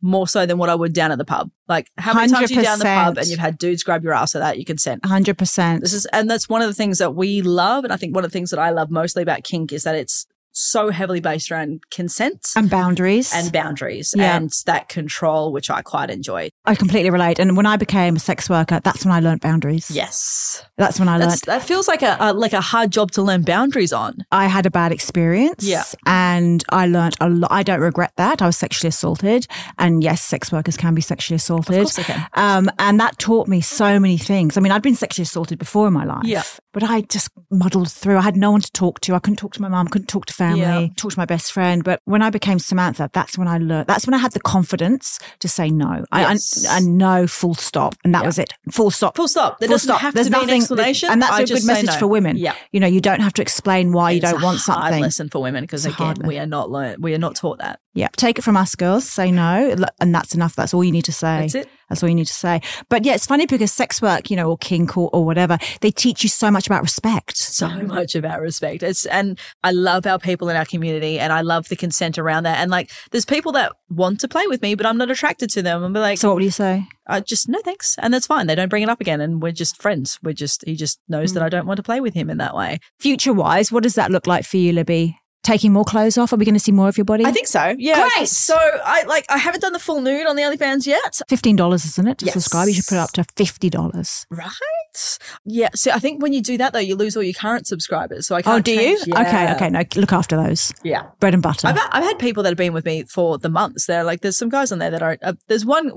Speaker 3: more so than what I would down at the pub. Like how many times you down the pub
Speaker 2: 100%.
Speaker 3: and you've had dudes grab your ass so that you consent.
Speaker 2: hundred percent.
Speaker 3: This is, and that's one of the things that we love. And I think one of the things that I love mostly about kink is that it's so heavily based around consent
Speaker 2: And boundaries.
Speaker 3: and boundaries
Speaker 2: Um, Yeah.
Speaker 3: and that control, which I quite enjoy.
Speaker 2: I completely relate. And when I became a sex worker, that's when I learnt boundaries.
Speaker 3: Yes.
Speaker 2: That's when I learnt.
Speaker 3: That's, that feels like a, a, like a hard job to learn boundaries on.
Speaker 2: I had a bad experience.
Speaker 3: Yeah.
Speaker 2: And I learnt a lot. I don't regret that. I was sexually assaulted. And yes, sex workers can be sexually assaulted.
Speaker 3: Of course they can.
Speaker 2: Um, and that taught me so many things. I mean, I'd been sexually assaulted before in my life,
Speaker 3: Yeah.
Speaker 2: but I just muddled through. I had no one to talk to. I couldn't talk to my mom, couldn't talk to family,
Speaker 3: Yeah.
Speaker 2: talk to my best friend. But when I became Samantha, that's when I learned, that's when I had the confidence to say no. I,
Speaker 3: Yes.
Speaker 2: I, I know full stop. And that
Speaker 3: Yeah.
Speaker 2: was it. Full stop.
Speaker 3: Full stop. There
Speaker 2: Full
Speaker 3: doesn't
Speaker 2: stop.
Speaker 3: have
Speaker 2: There's
Speaker 3: to be
Speaker 2: nothing-
Speaker 3: an explanation.
Speaker 2: and that's
Speaker 3: I
Speaker 2: a
Speaker 3: just
Speaker 2: good
Speaker 3: say
Speaker 2: message
Speaker 3: no.
Speaker 2: for women.
Speaker 3: Yeah.
Speaker 2: You know, you don't have to explain why you
Speaker 3: It's
Speaker 2: don't
Speaker 3: a
Speaker 2: want
Speaker 3: hard
Speaker 2: something.
Speaker 3: lesson for women because
Speaker 2: It's a
Speaker 3: again,
Speaker 2: hard
Speaker 3: we are not learn, we are not taught that.
Speaker 2: Yeah. Take it from us girls, say no. l- And that's enough. That's all you need to say.
Speaker 3: That's it.
Speaker 2: That's all you need to say. But yeah, it's funny because sex work, you know, or kink or, or whatever, they teach you so much about respect.
Speaker 3: so much about respect. It's and I love our people in our community and I love the consent around that. And like there's people that want to play with me, but I'm not attracted to them. And be like,
Speaker 2: So what would you say?
Speaker 3: I just no thanks. And that's fine. They don't bring it up again. And we're just friends. We're just he just knows
Speaker 2: Mm.
Speaker 3: that I don't want to play with him in that way.
Speaker 2: Future wise, what does that look like for you, Libby? Taking more clothes off? Are we going to see more of your body?
Speaker 3: I think so. Yeah.
Speaker 2: Great.
Speaker 3: So I like I haven't done the full nude on the OnlyFans yet.
Speaker 2: $15, isn't it? To
Speaker 3: Yes.
Speaker 2: subscribe, you should put it up to $50.
Speaker 3: Right? Yeah. So I think when you do that though, you lose all your current subscribers. So I can't
Speaker 2: oh, do you?
Speaker 3: change- Yeah.
Speaker 2: Okay, okay. No, look after those.
Speaker 3: Yeah.
Speaker 2: Bread and butter.
Speaker 3: I've, I've had people that have been with me for the months. They're like, there's some guys on there that are, uh, there's one,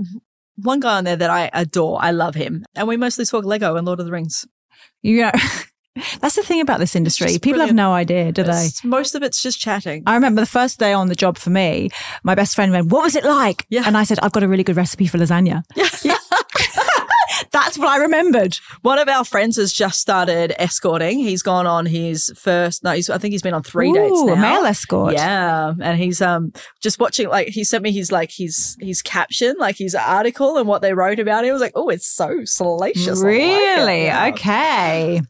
Speaker 3: one guy on there that I adore. I love him. And we mostly talk Lego and Lord of the Rings.
Speaker 2: you know, that's the thing about this industry.
Speaker 3: just
Speaker 2: People have
Speaker 3: brilliant.
Speaker 2: no idea, do they?
Speaker 3: It's- Most of it's just chatting.
Speaker 2: I remember the first day on the job for me, my best friend went, What was it like?
Speaker 3: Yeah.
Speaker 2: And I said, I've got a really good recipe for lasagna. That's what I remembered.
Speaker 3: One of our friends has just started escorting. He's gone on his first, no, he's, I think he's been on three dates
Speaker 2: Ooh,
Speaker 3: now.
Speaker 2: a male escort.
Speaker 3: Yeah, and he's um just watching like he sent me his like his his caption like his article and what they wrote about it. I was like, oh, it's so salacious. I like it.
Speaker 2: Really?
Speaker 3: Yeah.
Speaker 2: Okay.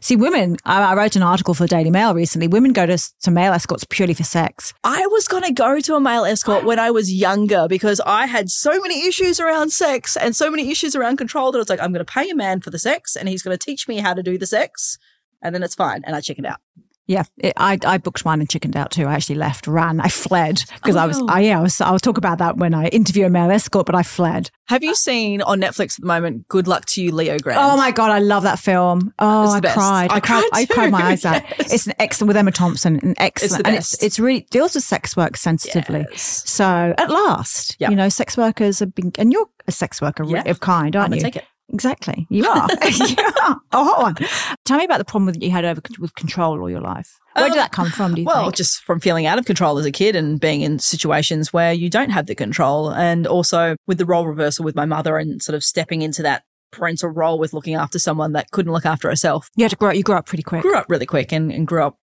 Speaker 2: See, women, I, I wrote an article for Daily Mail recently. Women go to, to male escorts purely for sex.
Speaker 3: I was going to go to a male escort when I was younger because I had so many issues around sex and so many issues around control that I was like, I'm going to pay a man for the sex and he's going to teach me how to do the sex and then it's fine. And I chickened out.
Speaker 2: Yeah, it, I I booked mine and chickened out too. I actually left, ran, I fled because I was
Speaker 3: Oh.
Speaker 2: I yeah I was, I'll talk about that when I interview a male escort, but I fled.
Speaker 3: Have you seen on Netflix at the moment, Good Luck to You, Leo Grant?
Speaker 2: Oh my god, I love that film. Oh,
Speaker 3: It's the
Speaker 2: I
Speaker 3: best.
Speaker 2: cried.
Speaker 3: I
Speaker 2: I, cried.
Speaker 3: cried
Speaker 2: I cried
Speaker 3: too,
Speaker 2: my eyes out.
Speaker 3: yes.
Speaker 2: It's an excellent with Emma Thompson. An excellent. and
Speaker 3: best.
Speaker 2: it's it's really deals with sex work sensitively.
Speaker 3: Yes.
Speaker 2: So at last,
Speaker 3: Yeah.
Speaker 2: you know, sex workers have been, and you're a sex worker
Speaker 3: Yeah.
Speaker 2: of kind,
Speaker 3: I'm
Speaker 2: aren't
Speaker 3: going
Speaker 2: you?
Speaker 3: to take it.
Speaker 2: Exactly, you are. you are a hot one. Tell me about the problem that you had over with control all your life. Where
Speaker 3: Um,
Speaker 2: did that come from? Do you
Speaker 3: Well,
Speaker 2: think?
Speaker 3: just from feeling out of control as a kid and being in situations where you don't have the control. And also with the role reversal with my mother and sort of stepping into that parental role with looking after someone that couldn't look after herself.
Speaker 2: you had to grow. You grew up pretty quick.
Speaker 3: Grew up really quick and, and grew up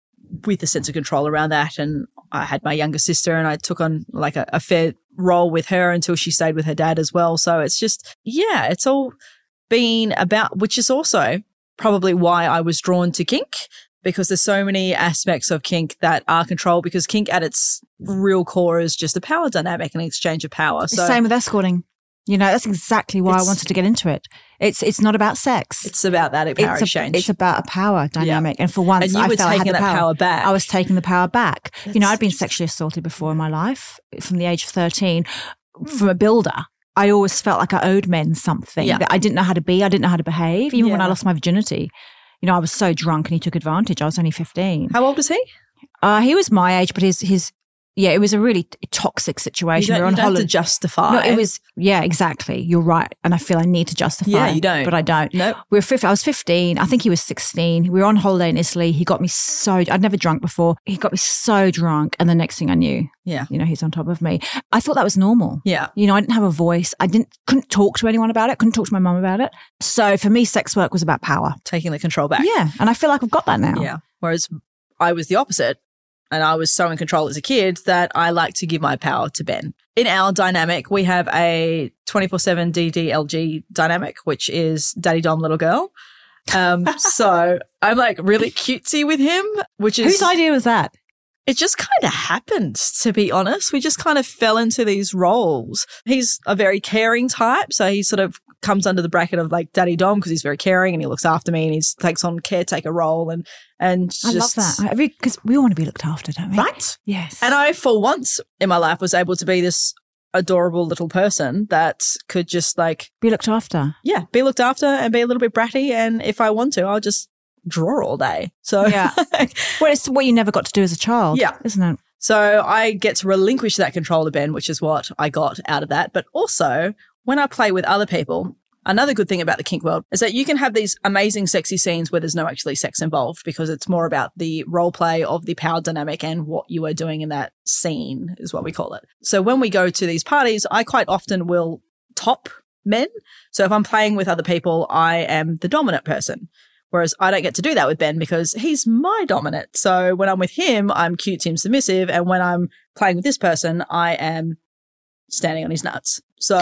Speaker 3: with a sense of control around that. And I had my younger sister and I took on like a, a fair role with her until she stayed with her dad as well. So it's just, yeah, it's all been about, which is also probably why I was drawn to kink because there's so many aspects of kink that are controlled because kink at its real core is just a power dynamic and an exchange of power.
Speaker 2: It's
Speaker 3: So
Speaker 2: the same with escorting. You know, that's exactly why I
Speaker 3: It's-
Speaker 2: wanted to get into it. It's it's not about sex.
Speaker 3: it's about that power
Speaker 2: it's, a-
Speaker 3: exchange.
Speaker 2: it's about a power dynamic. And for once,
Speaker 3: and you
Speaker 2: I
Speaker 3: were
Speaker 2: felt I had
Speaker 3: taking
Speaker 2: the
Speaker 3: that power.
Speaker 2: power.
Speaker 3: back.
Speaker 2: I was taking the power back. you know,
Speaker 3: That's
Speaker 2: I'd been sexually assaulted before in my life uh, from the age of 13
Speaker 3: Hmm.
Speaker 2: from a builder. I always felt like I owed men something
Speaker 3: Yeah.
Speaker 2: that I didn't know how to be. I didn't know how to behave. Even when I
Speaker 3: Yeah.
Speaker 2: lost my virginity, you know, I was so drunk and he took advantage. I was only 15.
Speaker 3: How old was he?
Speaker 2: Uh, he was my age, but his, his, yeah, it was a really t- toxic situation.
Speaker 3: you
Speaker 2: We
Speaker 3: don't,
Speaker 2: were
Speaker 3: you
Speaker 2: on
Speaker 3: don't have to
Speaker 2: holiday.
Speaker 3: justify.
Speaker 2: No, it was yeah, exactly. You're right, and I feel I need to justify.
Speaker 3: Yeah, you
Speaker 2: it,
Speaker 3: don't.
Speaker 2: but I don't.
Speaker 3: Nope.
Speaker 2: We were fif- I was 15. I think he was 16. We were on holiday in Italy. He got me so I'd never drunk before. He got me so drunk, and the next thing I knew,
Speaker 3: Yeah.
Speaker 2: you know, he's on top of me. I thought that was normal.
Speaker 3: Yeah.
Speaker 2: You know, I didn't have a voice. I didn't couldn't talk to anyone about it. Couldn't talk to my mum about it. So for me, sex work was about power.
Speaker 3: Taking the control back.
Speaker 2: Yeah, and I feel like I've got that now.
Speaker 3: Yeah. Whereas I was the opposite. And I was so in control as a kid that I like to give my power to Ben. In our dynamic, we have a 24 7 DDLG dynamic, which is daddy dom little girl. Um, so I'm like really cutesy with him, which is
Speaker 2: Whose idea was that?
Speaker 3: it just kind of happened, to be honest. We just kind of fell into these roles. He's a very caring type. So he sort of comes under the bracket of like daddy Dom because he's very caring and he looks after me and he takes on caretaker role and, and
Speaker 2: I
Speaker 3: just.
Speaker 2: love that because we all want to be looked after, don't we?
Speaker 3: Right.
Speaker 2: Yes.
Speaker 3: And I, for once in my life, was able to be this adorable little person that could just like,
Speaker 2: be looked after.
Speaker 3: yeah, be looked after and be a little bit bratty. And if I want to, I'll just draw all day. So
Speaker 2: Yeah. Well, it's what you never got to do as a child.
Speaker 3: Yeah.
Speaker 2: Isn't it?
Speaker 3: So I get to relinquish that control to Ben, which is what I got out of that. But also, when I play with other people, another good thing about the kink world is that you can have these amazing, sexy scenes where there's no actually sex involved because it's more about the role play of the power dynamic and what you are doing in that scene, is what we call it. So when we go to these parties, I quite often will top men. So if I'm playing with other people, I am the dominant person. Whereas I don't get to do that with Ben because he's my dominant. So when I'm with him, I'm cute, team submissive. And when I'm playing with this person, I am standing on his nuts. So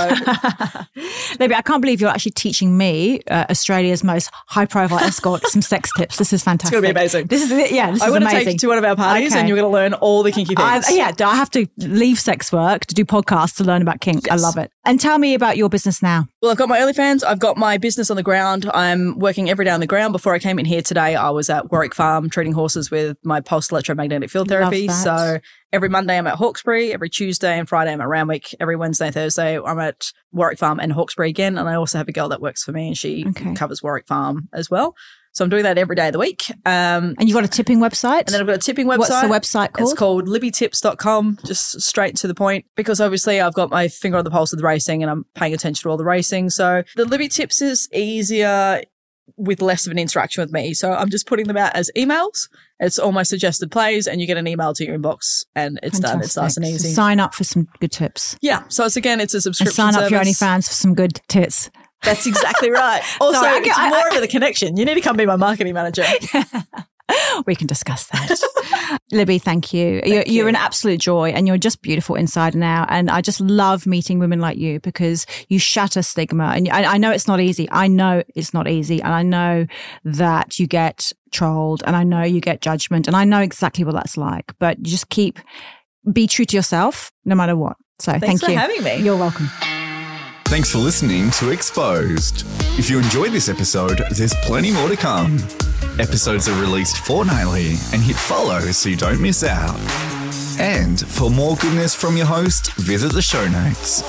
Speaker 2: Libby, I can't believe you're actually teaching me, uh, Australia's most high profile escort, some sex tips. This is
Speaker 3: it's
Speaker 2: fantastic.
Speaker 3: going to be amazing.
Speaker 2: This is, yeah, this
Speaker 3: I
Speaker 2: is
Speaker 3: want to
Speaker 2: amazing.
Speaker 3: take you to one of our parties
Speaker 2: Okay.
Speaker 3: and you're going to learn all the kinky
Speaker 2: I,
Speaker 3: things.
Speaker 2: yeah, do I have to leave sex work to do podcasts to learn about kink. I
Speaker 3: Yes.
Speaker 2: love it. And tell me about your business now.
Speaker 3: Well, I've got my OnlyFans. I've got my business on the ground. I'm working every day on the ground. Before I came in here today, I was at Warwick Farm treating horses with my pulse electromagnetic field
Speaker 2: Love
Speaker 3: therapy.
Speaker 2: that.
Speaker 3: So every Monday I'm at Hawkesbury. Every Tuesday and Friday I'm at Randwick. Every Wednesday and Thursday I'm at Warwick Farm and Hawkesbury again. And I also have a girl that works for me and she
Speaker 2: Okay.
Speaker 3: covers Warwick Farm as well. So I'm doing that every day of the week. Um,
Speaker 2: And you've got a tipping website?
Speaker 3: and then I've got a tipping website.
Speaker 2: What's the website called?
Speaker 3: It's called libbytips.com, just straight to the point, because obviously I've got my finger on the pulse of the racing and I'm paying attention to all the racing. So the Libby tips is easier with less of an interaction with me. So I'm just putting them out as emails. It's all my suggested plays, and you get an email to your inbox and it's done. It's nice and
Speaker 2: Fantastic. So
Speaker 3: easy.
Speaker 2: sign up for some good tips.
Speaker 3: yeah. So it's again, it's a
Speaker 2: And
Speaker 3: subscription.
Speaker 2: sign up for your
Speaker 3: service.
Speaker 2: OnlyFans for some good tits.
Speaker 3: That's exactly right. also,
Speaker 2: Sorry, I
Speaker 3: it's
Speaker 2: get- I-
Speaker 3: more of a connection. You need to come be my marketing manager.
Speaker 2: we can discuss that. Libby, thank you. you're,
Speaker 3: you.
Speaker 2: you're an absolute joy and you're just beautiful inside and out. And I just love meeting women like you because you shatter stigma. And I, I know it's not easy. I know it's not easy. And I know that you get trolled and I know you get judgment and I know exactly what that's like, but you just keep, be true to yourself no matter what. So
Speaker 3: Thanks
Speaker 2: thank
Speaker 3: for
Speaker 2: you.
Speaker 3: having me.
Speaker 2: You're welcome.
Speaker 1: Thanks for listening to Exposed. If you enjoyed this episode, there's plenty more to come. Episodes are released fortnightly and hit follow so you don't miss out. And for more goodness from your host, visit the show notes.